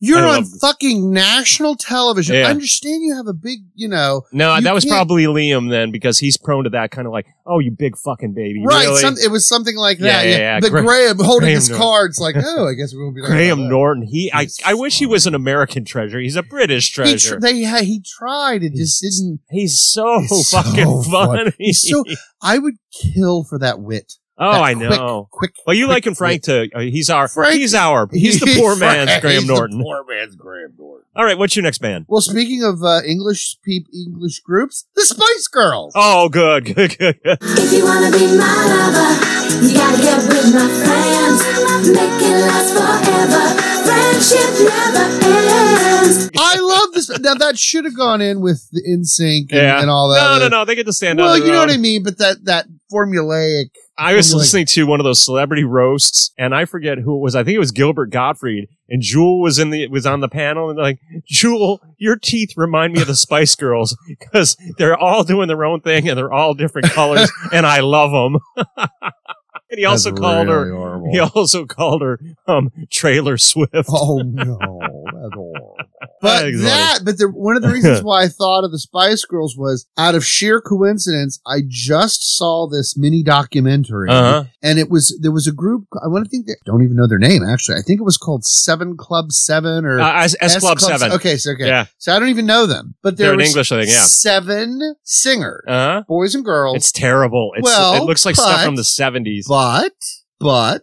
Speaker 1: you're
Speaker 2: I
Speaker 1: on
Speaker 2: love-
Speaker 1: fucking national television.
Speaker 2: Yeah.
Speaker 1: I understand you have a big, you know,
Speaker 2: no,
Speaker 1: You
Speaker 2: that was
Speaker 1: can't-
Speaker 2: probably Liam then because he's prone to that kind of like, oh, you big fucking baby.
Speaker 1: right?
Speaker 2: Really?
Speaker 1: Some, it was something like
Speaker 2: Yeah,
Speaker 1: that.
Speaker 2: yeah, yeah.
Speaker 1: But
Speaker 2: Gra-
Speaker 1: Graham holding
Speaker 2: Graham
Speaker 1: his
Speaker 2: Norton.
Speaker 1: cards,
Speaker 2: [LAUGHS]
Speaker 1: like, oh, I guess we won't be talking about
Speaker 2: Graham
Speaker 1: that."
Speaker 2: Norton. He, I,
Speaker 1: He's
Speaker 2: I wish he was an American treasure. He's a British
Speaker 1: He tr-
Speaker 2: treasure.
Speaker 1: they had, he tried. It just isn't.
Speaker 2: he's so
Speaker 1: He's so
Speaker 2: fucking
Speaker 1: fun-
Speaker 2: funny.
Speaker 1: he's so- I would kill for that wit.
Speaker 2: [LAUGHS] oh,
Speaker 1: that
Speaker 2: I
Speaker 1: quick-
Speaker 2: know.
Speaker 1: Quick.
Speaker 2: Well, you
Speaker 1: quick
Speaker 2: liking Frank too? Uh, He's our.
Speaker 1: Frank- [LAUGHS]
Speaker 2: he's our. [LAUGHS] He's the poor man's
Speaker 1: Frank.
Speaker 2: Graham
Speaker 1: He's the
Speaker 2: Norton.
Speaker 1: poor man's Graham Norton.
Speaker 2: All right, what's your next band? [LAUGHS]
Speaker 1: Well, speaking of uh, English peep, English groups, the Spice Girls.
Speaker 2: Oh, good, good, good, good.
Speaker 5: If you wanna be my lover, you gotta get with my friends. Make it last forever. Friendship never ends.
Speaker 1: I love this. Now that should have gone in with the NSYNC and,
Speaker 2: Yeah.
Speaker 1: and all that.
Speaker 2: No, no,
Speaker 1: other-
Speaker 2: no. They get to stand
Speaker 1: Well,
Speaker 2: on their
Speaker 1: you know
Speaker 2: own.
Speaker 1: what I mean, but that that formulaic.
Speaker 2: I was
Speaker 1: I'm like-
Speaker 2: listening to one of those celebrity roasts, and I forget who it was. I think it was Gilbert Gottfried, and Jewel was in the was on the panel, and like, Jewel, your teeth remind me of the Spice Girls because they're all doing their own thing and they're all
Speaker 1: [LAUGHS]
Speaker 2: different colors, and I love them. [LAUGHS] and he also
Speaker 1: That's
Speaker 2: called her.
Speaker 1: really horrible.
Speaker 2: He also called her um, Trailer Swift. [LAUGHS]
Speaker 1: Oh no, that's horrible. But
Speaker 2: Exactly.
Speaker 1: that, but the, one of the
Speaker 2: [LAUGHS]
Speaker 1: reasons why I thought of the Spice Girls was out of sheer coincidence. I just saw this mini documentary,
Speaker 2: Uh-huh.
Speaker 1: and it was there was a group. I want to think they don't even know their name. Actually, I think it was called Seven Club Seven or
Speaker 2: Uh, S, S Club Seven.
Speaker 1: Okay, so okay,
Speaker 2: Yeah.
Speaker 1: so I don't even know them, but there
Speaker 2: They're an
Speaker 1: was
Speaker 2: English thing, yeah.
Speaker 1: seven singers,
Speaker 2: Uh huh.
Speaker 1: boys and girls.
Speaker 2: It's terrible. It's,
Speaker 1: Well,
Speaker 2: it looks like stuff
Speaker 1: but-
Speaker 2: from the seventies.
Speaker 1: but but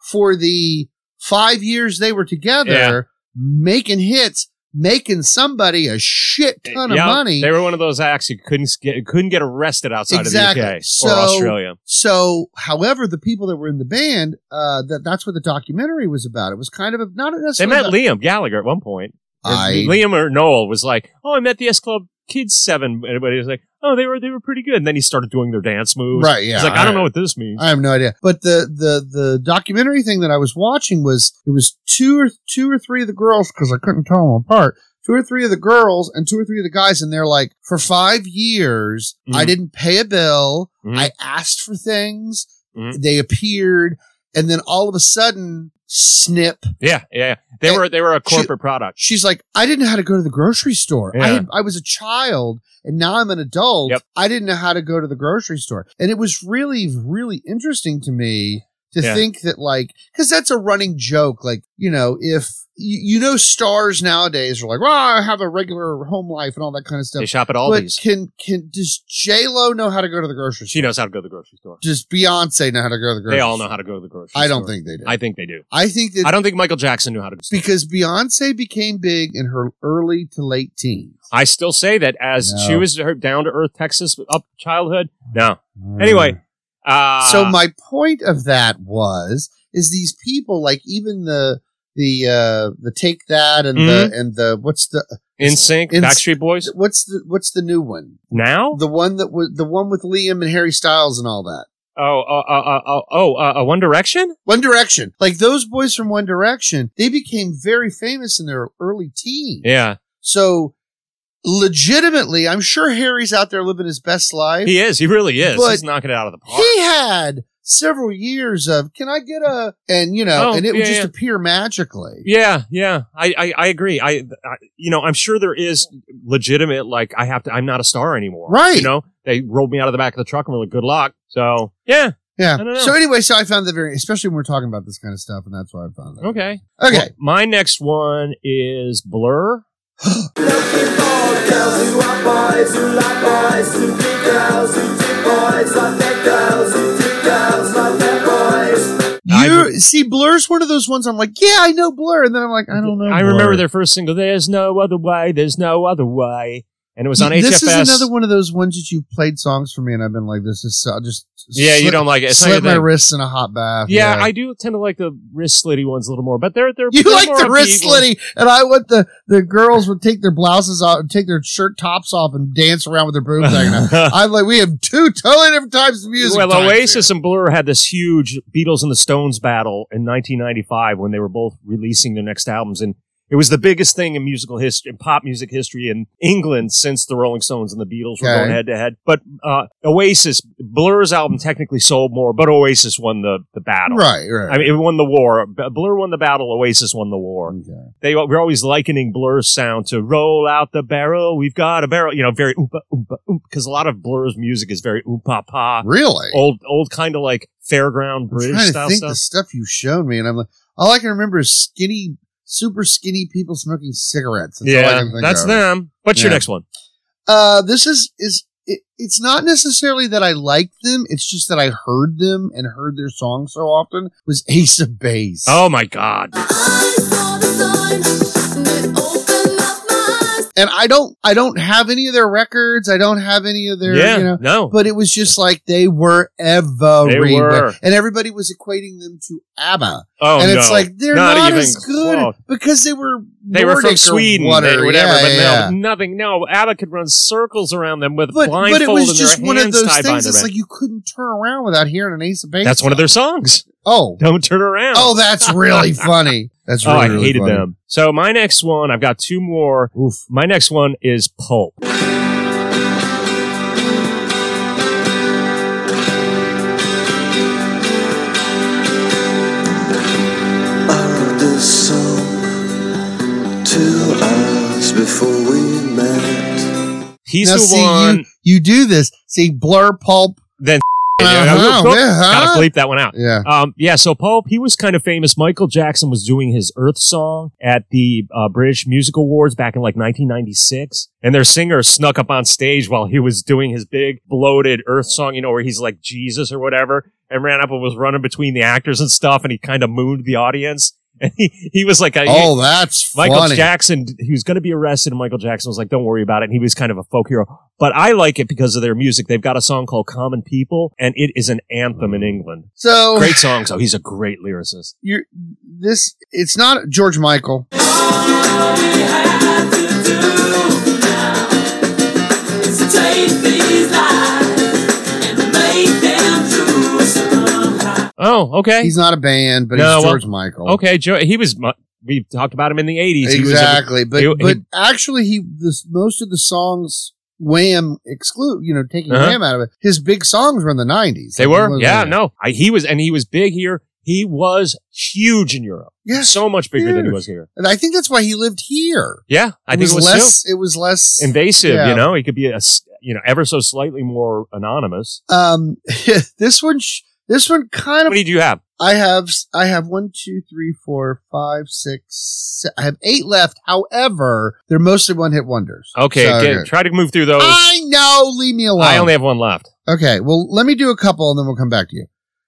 Speaker 1: for the five years they were together
Speaker 2: Yeah.
Speaker 1: making hits making somebody a shit ton of
Speaker 2: Yeah,
Speaker 1: money
Speaker 2: They were one of those acts who couldn't s- get couldn't get arrested outside
Speaker 1: Exactly.
Speaker 2: of the UK
Speaker 1: So-
Speaker 2: or Australia.
Speaker 1: so however the people that were in the band uh that that's what the documentary was about it was kind of a not
Speaker 2: They
Speaker 1: necessarily
Speaker 2: met
Speaker 1: about-
Speaker 2: Liam Gallagher at one point. Or
Speaker 1: I-
Speaker 2: Liam or Noel was like, "Oh, I met the S Club Kids Seven. Everybody was like, "Oh, they were they were pretty good." And then he started doing their dance moves.
Speaker 1: right yeah
Speaker 2: He's like, "I
Speaker 1: right.
Speaker 2: don't know what this means."
Speaker 1: I have no idea. But the the the documentary thing that I was watching was it was two or two or three of the girls because I couldn't tell them apart. Two or three of the girls and two or three of the guys, and they're like, for five years,
Speaker 2: Mhm.
Speaker 1: I didn't pay a bill.
Speaker 2: Mhm.
Speaker 1: I asked for things.
Speaker 2: Mhm.
Speaker 1: They appeared, and then all of a sudden, snip.
Speaker 2: yeah, yeah, yeah. They
Speaker 1: And
Speaker 2: were they were a
Speaker 1: she-
Speaker 2: corporate product.
Speaker 1: She's like, I didn't know how to go to the grocery store. I,
Speaker 2: Yeah.
Speaker 1: had, I was a child and now I'm an adult.
Speaker 2: Yep.
Speaker 1: I didn't know how to go to the grocery store. And it was really, really interesting to me to
Speaker 2: Yeah.
Speaker 1: think that, like, because that's a running joke. Like, you know, if you, you know, stars nowadays are like, well, I have a regular home life and all that kind of
Speaker 2: They
Speaker 1: stuff.
Speaker 2: shop at
Speaker 1: But
Speaker 2: Aldi's.
Speaker 1: can, can, does J Lo know how to go to the grocery
Speaker 2: She
Speaker 1: store?
Speaker 2: knows how to go to the grocery store.
Speaker 1: Does Beyonce know how to go to the grocery
Speaker 2: They all know
Speaker 1: store?
Speaker 2: how to go to the grocery.
Speaker 1: I don't
Speaker 2: store.
Speaker 1: think they do.
Speaker 2: I think they do.
Speaker 1: I think
Speaker 2: I
Speaker 1: that
Speaker 2: don't think Michael Jackson knew how to. do
Speaker 1: because Beyonce became big in her early to late teens.
Speaker 2: I still say that as
Speaker 1: No.
Speaker 2: she was her down to earth Texas up childhood. No. Anyway, uh,
Speaker 1: Mm. so my point of that was is these people like even the the uh the take that and
Speaker 2: Mm-hmm.
Speaker 1: the and the what's the
Speaker 2: in sync,
Speaker 1: In-
Speaker 2: Backstreet Boys.
Speaker 1: what's the what's the new one
Speaker 2: Now,
Speaker 1: the one that was the one with Liam and Harry Styles and all that
Speaker 2: oh, uh, uh, uh, oh, uh, uh, One Direction.
Speaker 1: One Direction like those boys from One Direction they became very famous in their early teens
Speaker 2: Yeah,
Speaker 1: so legitimately I'm sure Harry's out there living his best life
Speaker 2: he is. He really is.
Speaker 1: But-
Speaker 2: He's knocking it out of the park.
Speaker 1: he had several years of can I get a and you know
Speaker 2: Oh,
Speaker 1: and it would
Speaker 2: yeah,
Speaker 1: just
Speaker 2: yeah.
Speaker 1: appear magically
Speaker 2: Yeah, yeah. I, I, I agree. I, I, you know, I'm sure there is legitimate. Like, I have to. I'm not a star anymore.
Speaker 1: Right.
Speaker 2: You know, they rolled me out of the back of the truck and were like, "Good luck." So, yeah.
Speaker 1: Yeah.
Speaker 2: I don't know.
Speaker 1: So anyway, so I found that very, especially when we're talking about this kind of stuff, and that's why I found that.
Speaker 2: Okay.
Speaker 1: Okay. Oh,
Speaker 2: Well, my next one is Blur.
Speaker 4: Girls who are boys, who like boys, who dig girls, who dig boys, like their girls, who dig girls, like their boys.
Speaker 1: you see, Blur's one of those ones I'm like, yeah, I know Blur, and then I'm like, I don't know.
Speaker 2: I
Speaker 1: Blur.
Speaker 2: remember their first single. There's no other way. There's no other way. and it was on HFS.
Speaker 1: This is another one of those ones that you've played songs for me, and I've been like, "This is so, I'll just
Speaker 2: Yeah, you
Speaker 1: slip-
Speaker 2: don't like it. It's not
Speaker 1: slip
Speaker 2: your
Speaker 1: my
Speaker 2: thing.
Speaker 1: wrists in a hot bath."
Speaker 2: Yeah, I do tend to like the wrist slitty ones a little more, but they're they're
Speaker 1: [LAUGHS] you
Speaker 2: they're
Speaker 1: like
Speaker 2: more
Speaker 1: the wrist
Speaker 2: upbeat ones.
Speaker 1: slitty, and I want the the girls would take their blouses off, and take their shirt tops off, and dance around with their boobs. hanging out.
Speaker 2: [LAUGHS]
Speaker 1: I'm like, we have two totally different types of music.
Speaker 2: Well,
Speaker 1: types
Speaker 2: Oasis and Blur had this huge Beatles and the Stones battle in 1995 when they were both releasing their next albums, and it was the biggest thing in musical history, in pop music history in England since the Rolling Stones and the Beatles were
Speaker 1: Okay.
Speaker 2: going head to head. But uh, Oasis, Blur's album technically sold more, but Oasis won the the
Speaker 1: here.
Speaker 2: battle.
Speaker 1: right, right.
Speaker 2: I mean, it won the war. B- Blur won the battle. Oasis won the war.
Speaker 1: Okay.
Speaker 2: They were always likening Blur's sound to "Roll out the barrel, we've got a barrel." You know, very oompa oompa oomp, because a lot of Blur's music is very oompa pa
Speaker 1: really.
Speaker 2: old old kind of like fairground
Speaker 1: I'm
Speaker 2: British
Speaker 1: trying to
Speaker 2: style
Speaker 1: think
Speaker 2: stuff.
Speaker 1: the stuff you've shown me, and I'm like, all I can remember is skinny, super skinny people smoking cigarettes. That's all I
Speaker 2: yeah,
Speaker 1: can think
Speaker 2: that's
Speaker 1: of.
Speaker 2: them. What's your
Speaker 1: Yeah.
Speaker 2: next one?
Speaker 1: Uh, this is is it, it's not necessarily that I liked them. It's just that I heard them and heard their songs so often. Was Ace of Base?
Speaker 2: Oh my God!
Speaker 1: and I don't I don't have any of their records. I don't have any of their
Speaker 2: yeah,
Speaker 1: you know.
Speaker 2: no,
Speaker 1: But it was just like they were everywhere,
Speaker 2: They were.
Speaker 1: and everybody was equating them to ABBA,
Speaker 2: oh
Speaker 1: and it's
Speaker 2: no.
Speaker 1: like they're
Speaker 2: Not
Speaker 1: not,
Speaker 2: even
Speaker 1: as good
Speaker 2: close.
Speaker 1: because they were
Speaker 2: they were from
Speaker 1: Nordic or
Speaker 2: Sweden,
Speaker 1: water.
Speaker 2: they- whatever.
Speaker 1: Yeah,
Speaker 2: but
Speaker 1: yeah.
Speaker 2: no, nothing. No, Abba could run circles around them with
Speaker 1: But,
Speaker 2: blindfold
Speaker 1: but it was
Speaker 2: and
Speaker 1: just
Speaker 2: their
Speaker 1: one of
Speaker 2: hands
Speaker 1: those
Speaker 2: tied behind
Speaker 1: things.
Speaker 2: their
Speaker 1: It's
Speaker 2: back.
Speaker 1: like you couldn't turn around without hearing an Ace of Base.
Speaker 2: That's one of their songs. [LAUGHS]
Speaker 1: Oh,
Speaker 2: Don't turn around.
Speaker 1: oh,
Speaker 2: [LAUGHS]
Speaker 1: that's really funny. That's
Speaker 2: Oh,
Speaker 1: really,
Speaker 2: I
Speaker 1: really
Speaker 2: hated
Speaker 1: funny.
Speaker 2: them. So my next one, I've got two more.
Speaker 1: Oof.
Speaker 2: My next one is Pulp.
Speaker 6: I wrote this song two hours before we met.
Speaker 2: He's
Speaker 1: Now,
Speaker 2: the
Speaker 1: see, [LAUGHS]
Speaker 2: one.
Speaker 1: You Uh-huh, do this. See, blur pulp.
Speaker 2: then
Speaker 1: Uh-huh,
Speaker 2: gotta
Speaker 1: uh-huh.
Speaker 2: bleep that one out.
Speaker 1: Yeah.
Speaker 2: Um, yeah, so Pope, he was kind of famous. Michael Jackson was doing his Earth song at the uh, British Music Awards back in like 1996. And their singer snuck up on stage while he was doing his big bloated Earth song, you know, where he's like Jesus or whatever, and ran up and was running between the actors and stuff. And he kind of mooned the audience. [LAUGHS] And he, he was like, a,
Speaker 1: Oh, that's
Speaker 2: Uh, Michael
Speaker 1: funny.
Speaker 2: Jackson, he was going to be arrested, and Michael Jackson was like, "Don't worry about it." And he was kind of a folk hero, but I like it because of their music. They've got a song called "Common People," and it is an anthem
Speaker 1: Mm.
Speaker 2: in England.
Speaker 1: so
Speaker 2: Great song. So he's a great lyricist.
Speaker 1: you're this. It's not George Michael.
Speaker 2: Oh, okay,
Speaker 1: He's not a band, but
Speaker 2: No,
Speaker 1: he's
Speaker 2: well,
Speaker 1: George Michael.
Speaker 2: okay. Joe, he was. mu- We talked about him in the eighties.
Speaker 1: exactly. but
Speaker 2: he-
Speaker 1: but actually, he this most of the songs. Wham exclude you know taking
Speaker 2: Uh-huh.
Speaker 1: Wham out of it. His big songs were in the nineties.
Speaker 2: they were. Yeah, no, I, he was, and he was big here. He was huge in Europe.
Speaker 1: Yes.
Speaker 2: so much bigger than he
Speaker 1: huge.
Speaker 2: was here.
Speaker 1: and I think that's why he lived here.
Speaker 2: Yeah, I
Speaker 1: it
Speaker 2: think
Speaker 1: was
Speaker 2: it was too.
Speaker 1: less. It was less
Speaker 2: invasive.
Speaker 1: Yeah.
Speaker 2: You know, he could be a s- you know ever so slightly more anonymous.
Speaker 1: Um, [LAUGHS] this one, sh- this one kind
Speaker 2: How
Speaker 1: of.
Speaker 2: many do you have?
Speaker 1: I have, I have one, two, three, four, five, six. se- I have eight left. However, they're mostly one hit wonders.
Speaker 2: Okay,
Speaker 1: So- Ah,
Speaker 2: get, try to move through those.
Speaker 1: I know. Leave me alone.
Speaker 2: I only have one left.
Speaker 1: okay. Well, let me do a couple and then we'll come back to you.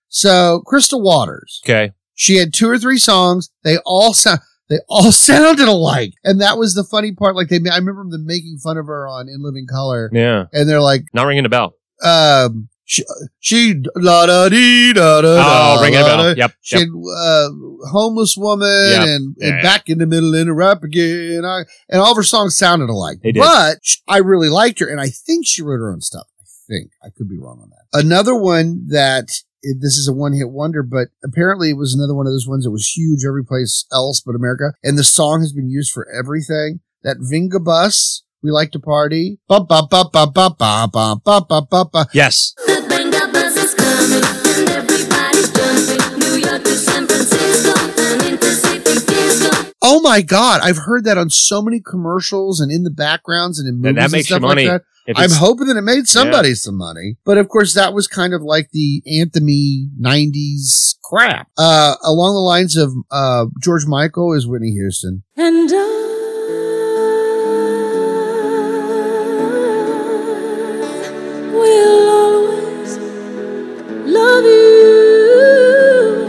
Speaker 1: So, Crystal Waters.
Speaker 2: Okay.
Speaker 1: She had two or three songs. They all sound. They all [LAUGHS] sounded alike, and that was the funny part. Like they, ma- I remember them making fun of her on "In Living Color,"
Speaker 2: Yeah.
Speaker 1: and they're like,
Speaker 2: Not ringing a bell.
Speaker 1: um she, she la da dee da da
Speaker 2: Oh,
Speaker 1: da,
Speaker 2: ringing a
Speaker 1: la,
Speaker 2: bell.
Speaker 1: da.
Speaker 2: Yep. yep.
Speaker 1: She had uh, homeless woman
Speaker 2: Yep.
Speaker 1: and,
Speaker 2: Yeah,
Speaker 1: and
Speaker 2: yeah.
Speaker 1: back in the middle in a rap again, I, and all of her songs sounded alike.
Speaker 2: They did.
Speaker 1: But sh- I really liked her, and I think she wrote her own stuff. I think I could be wrong on that. Another one that it- this is a one-hit wonder, but apparently it was another one of those ones that was huge every place else but America, and the song has been used for everything. That Vinga Bus. We like to party. Ba ba ba ba ba ba ba ba ba ba ba.
Speaker 2: Yes.
Speaker 5: The banger buzz is coming and everybody's jumping. New York to San Francisco, an intercity disco.
Speaker 1: Oh my God. I've heard that on so many commercials and in the backgrounds and in movies
Speaker 2: And that
Speaker 1: and
Speaker 2: makes you
Speaker 1: stuff
Speaker 2: money.
Speaker 1: like that.
Speaker 2: If
Speaker 1: I'm
Speaker 2: it's-
Speaker 1: hoping that it made somebody some money. But of course, that was kind of like the anthemy 90s crap. Uh, along the lines of uh, George Michael is Whitney Houston.
Speaker 5: And I will always love you.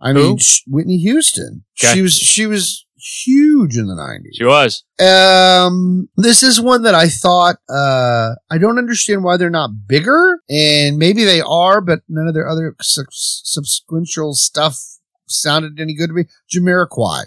Speaker 1: I
Speaker 2: Who?
Speaker 1: mean, sh- Whitney Houston.
Speaker 2: Okay.
Speaker 1: She was, she was, huge in the 90s.
Speaker 2: She was.
Speaker 1: Um, this is one that I thought, uh, I don't understand why they're not bigger, and maybe they are, but none of their other sub- subsequential stuff sounded any good to me. Jamiroquai.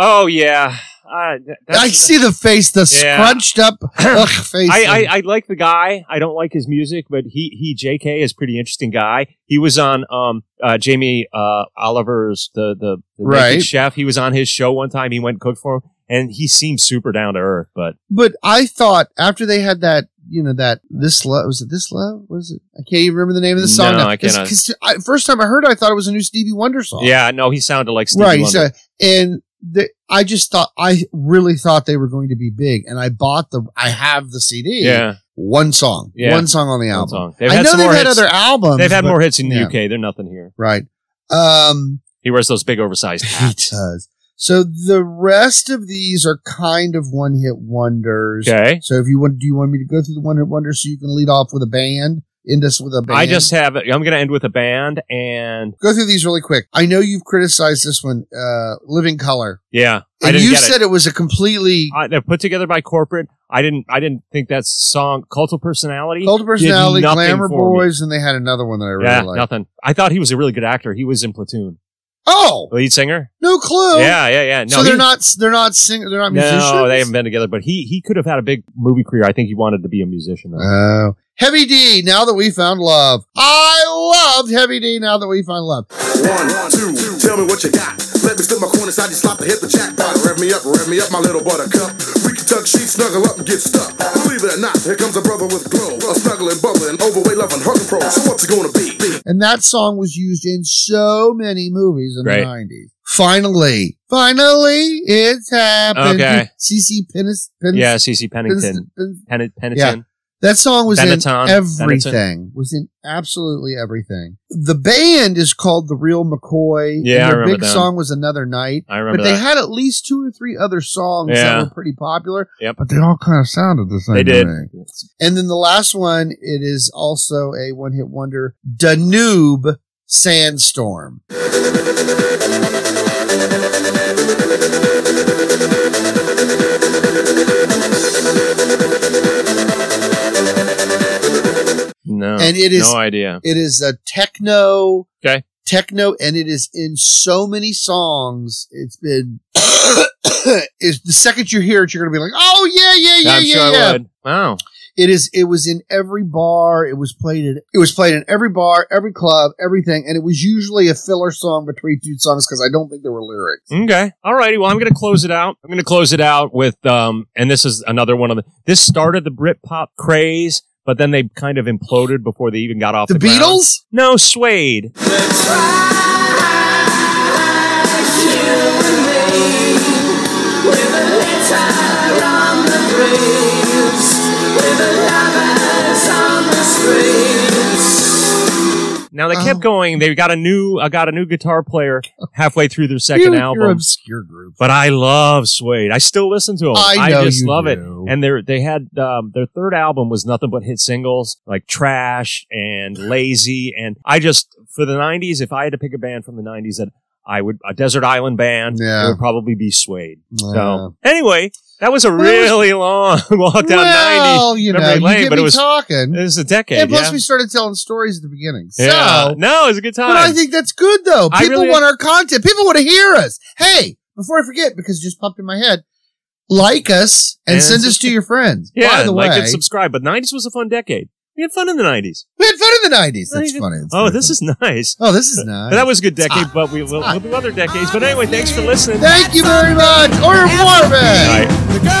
Speaker 2: Oh yeah. Uh, th- that's-
Speaker 1: I see the face, the
Speaker 2: Yeah.
Speaker 1: scrunched
Speaker 2: [CLEARS THROAT]
Speaker 1: up ugh, face.
Speaker 2: I, I, I like the guy. I don't like his music, but he he JK is a pretty interesting guy. He was on um uh, Jamie uh, Oliver's the the, the Naked
Speaker 1: Right.
Speaker 2: chef. He was on his show one time. He went and cooked for him, and he seemed super down to earth. But
Speaker 1: but I thought after they had that, you know, that this love was it this love was it? I can't even remember the name of the song.
Speaker 2: No,
Speaker 1: now.
Speaker 2: I
Speaker 1: 'Cause-
Speaker 2: cannot.
Speaker 1: 'cause I- first time I heard, it, I thought it was a new Stevie Wonder song.
Speaker 2: yeah, no, he sounded like Stevie
Speaker 1: Oh. right.
Speaker 2: Wonder.
Speaker 1: So, and the, I just thought I really thought they were going to be big, and I bought the I have the CD.
Speaker 2: yeah,
Speaker 1: one song,
Speaker 2: Yeah.
Speaker 1: one song on the
Speaker 2: that
Speaker 1: album.
Speaker 2: song. They've
Speaker 1: I
Speaker 2: had
Speaker 1: know
Speaker 2: some
Speaker 1: they've
Speaker 2: more
Speaker 1: had
Speaker 2: hits.
Speaker 1: other albums.
Speaker 2: They've had
Speaker 1: but-
Speaker 2: more hits in the
Speaker 1: yeah.
Speaker 2: UK. They're nothing here.
Speaker 1: right? Um,
Speaker 2: He wears those big oversized
Speaker 1: he
Speaker 2: hats.
Speaker 1: does. So the rest of these are kind of one hit wonders.
Speaker 2: okay.
Speaker 1: So if you want, do you want me to go through the one hit wonder so you can lead off with a band, end us with a band?
Speaker 2: I just have. I'm going to end with a band, and
Speaker 1: go through these really quick. I know you've criticized this one, uh, Living Color.
Speaker 2: yeah, I
Speaker 1: And
Speaker 2: didn't
Speaker 1: you
Speaker 2: get it.
Speaker 1: said it. was a completely
Speaker 2: I, they're put together by corporate. I didn't. I didn't think that song "Cult of Personality."
Speaker 1: cult of personality,
Speaker 2: nothing
Speaker 1: Glamour
Speaker 2: for me.
Speaker 1: Boys, and they had another one that I really
Speaker 2: yeah,
Speaker 1: liked.
Speaker 2: nothing. I thought he was a really good actor. He was in Platoon,
Speaker 1: Oh,
Speaker 2: the lead singer.
Speaker 1: no clue.
Speaker 2: Yeah, yeah, yeah. No,
Speaker 1: so they're
Speaker 2: he-
Speaker 1: not they're not singing they're not musicians.
Speaker 2: No, they haven't been together. But he he could have had a big movie career. I think he wanted to be a musician. Though.
Speaker 1: Oh. Heavy D, now that we found love. I loved Heavy D, now that we found love.
Speaker 7: One, two, tell me what you got. Let me slip my corners, I just slap and hit the jackpot. Rev me up, rev me up, my little buttercup. We can tuck sheets, snuggle up, and get stuck. Believe it or not, here comes a brother with glow. A snuggling, bubbling, overweight, loving, hugging pro. So what's it gonna be?
Speaker 1: And that song was used in so many movies in
Speaker 2: Great.
Speaker 1: the 90s. Finally, finally, it's happened. [LAUGHS]
Speaker 2: Okay.
Speaker 1: CC Pennis, Pennis,
Speaker 2: yeah, C.C.
Speaker 1: Pennis-
Speaker 2: Pennington.
Speaker 1: Pennis-
Speaker 2: Penn, Pennington.
Speaker 1: Yeah. that song was
Speaker 2: Benetton,
Speaker 1: in everything. Was in absolutely everything. The band is called The Real McCoy. and
Speaker 2: Yeah, I
Speaker 1: their
Speaker 2: remember
Speaker 1: big
Speaker 2: them.
Speaker 1: song was Another Night.
Speaker 2: I
Speaker 1: But
Speaker 2: remember
Speaker 1: they
Speaker 2: that.
Speaker 1: had at least two or three other songs
Speaker 2: Yeah.
Speaker 1: that were pretty popular.
Speaker 2: Yep.
Speaker 1: But they all kind of sounded the same.
Speaker 2: They
Speaker 1: to
Speaker 2: did.
Speaker 1: me. And then the last one, it is also a one hit wonder Danube Sandstorm.
Speaker 2: Oh, No,
Speaker 1: And it is-
Speaker 2: no idea.
Speaker 1: It is a techno.
Speaker 2: Okay.
Speaker 1: Techno, and it is in so many songs. It's been. [COUGHS] is the second you hear it, you're going to be like, oh, yeah, yeah, yeah,
Speaker 2: I'm
Speaker 1: yeah,
Speaker 2: sure
Speaker 1: yeah.
Speaker 2: I would. Wow.
Speaker 1: It is. It was in every bar. It was played. At, it was played in every bar, every club, everything, and it was usually a filler song between two songs because I don't think there were lyrics.
Speaker 2: Okay. All righty. Well, I'm going to close it out. I'm going to close it out with, um, and this is another one of the, this started the Britpop craze, but then they kind of imploded before they even got off
Speaker 1: The
Speaker 2: the, ground.
Speaker 1: Beatles.
Speaker 2: No, Suede. Now they
Speaker 1: Oh.
Speaker 2: kept going. They got a new, uh, got a new guitar player halfway through their second
Speaker 1: You're-
Speaker 2: album.
Speaker 1: You're obscure group.
Speaker 2: But I love Suede. Oh, I still listen to them.
Speaker 1: I know
Speaker 2: just
Speaker 1: you
Speaker 2: love it.
Speaker 1: do.
Speaker 2: And they they had um, their third album was nothing but hit singles like Trash and Lazy. And I just for the '90s, if I had to pick a band from the '90s that I would a Desert Island band, it
Speaker 1: Yeah.
Speaker 2: would probably be Suede.
Speaker 1: Yeah.
Speaker 2: So anyway, that was a
Speaker 1: Well, it was-
Speaker 2: really long [LAUGHS] walk down
Speaker 1: well, you know,
Speaker 2: memory
Speaker 1: you
Speaker 2: lane,
Speaker 1: get
Speaker 2: but
Speaker 1: me
Speaker 2: it was-
Speaker 1: talking,
Speaker 2: 90. It was a decade.
Speaker 1: and plus
Speaker 2: yeah?
Speaker 1: we started telling stories at the beginning. So,
Speaker 2: Yeah. no, it was a good time.
Speaker 1: but I think that's good though.
Speaker 2: I
Speaker 1: People
Speaker 2: really-
Speaker 1: want our content. People want to hear us. Hey, before I forget, because it just popped in my head, like us and,
Speaker 2: And
Speaker 1: send us to your friends.
Speaker 2: yeah,
Speaker 1: By the
Speaker 2: like
Speaker 1: way,
Speaker 2: and subscribe. But '90s was a fun decade. We had fun in the '90s.
Speaker 1: we had fun in the nineties. That's
Speaker 2: Nineties.
Speaker 1: funny.
Speaker 2: Oh, this is [LAUGHS] nice.
Speaker 1: Oh, this is nice.
Speaker 2: But that was a good decade, but we will we'll do other decades. But anyway, thanks for listening.
Speaker 1: Thank you very much. Order more of it.
Speaker 2: All right.
Speaker 3: The girl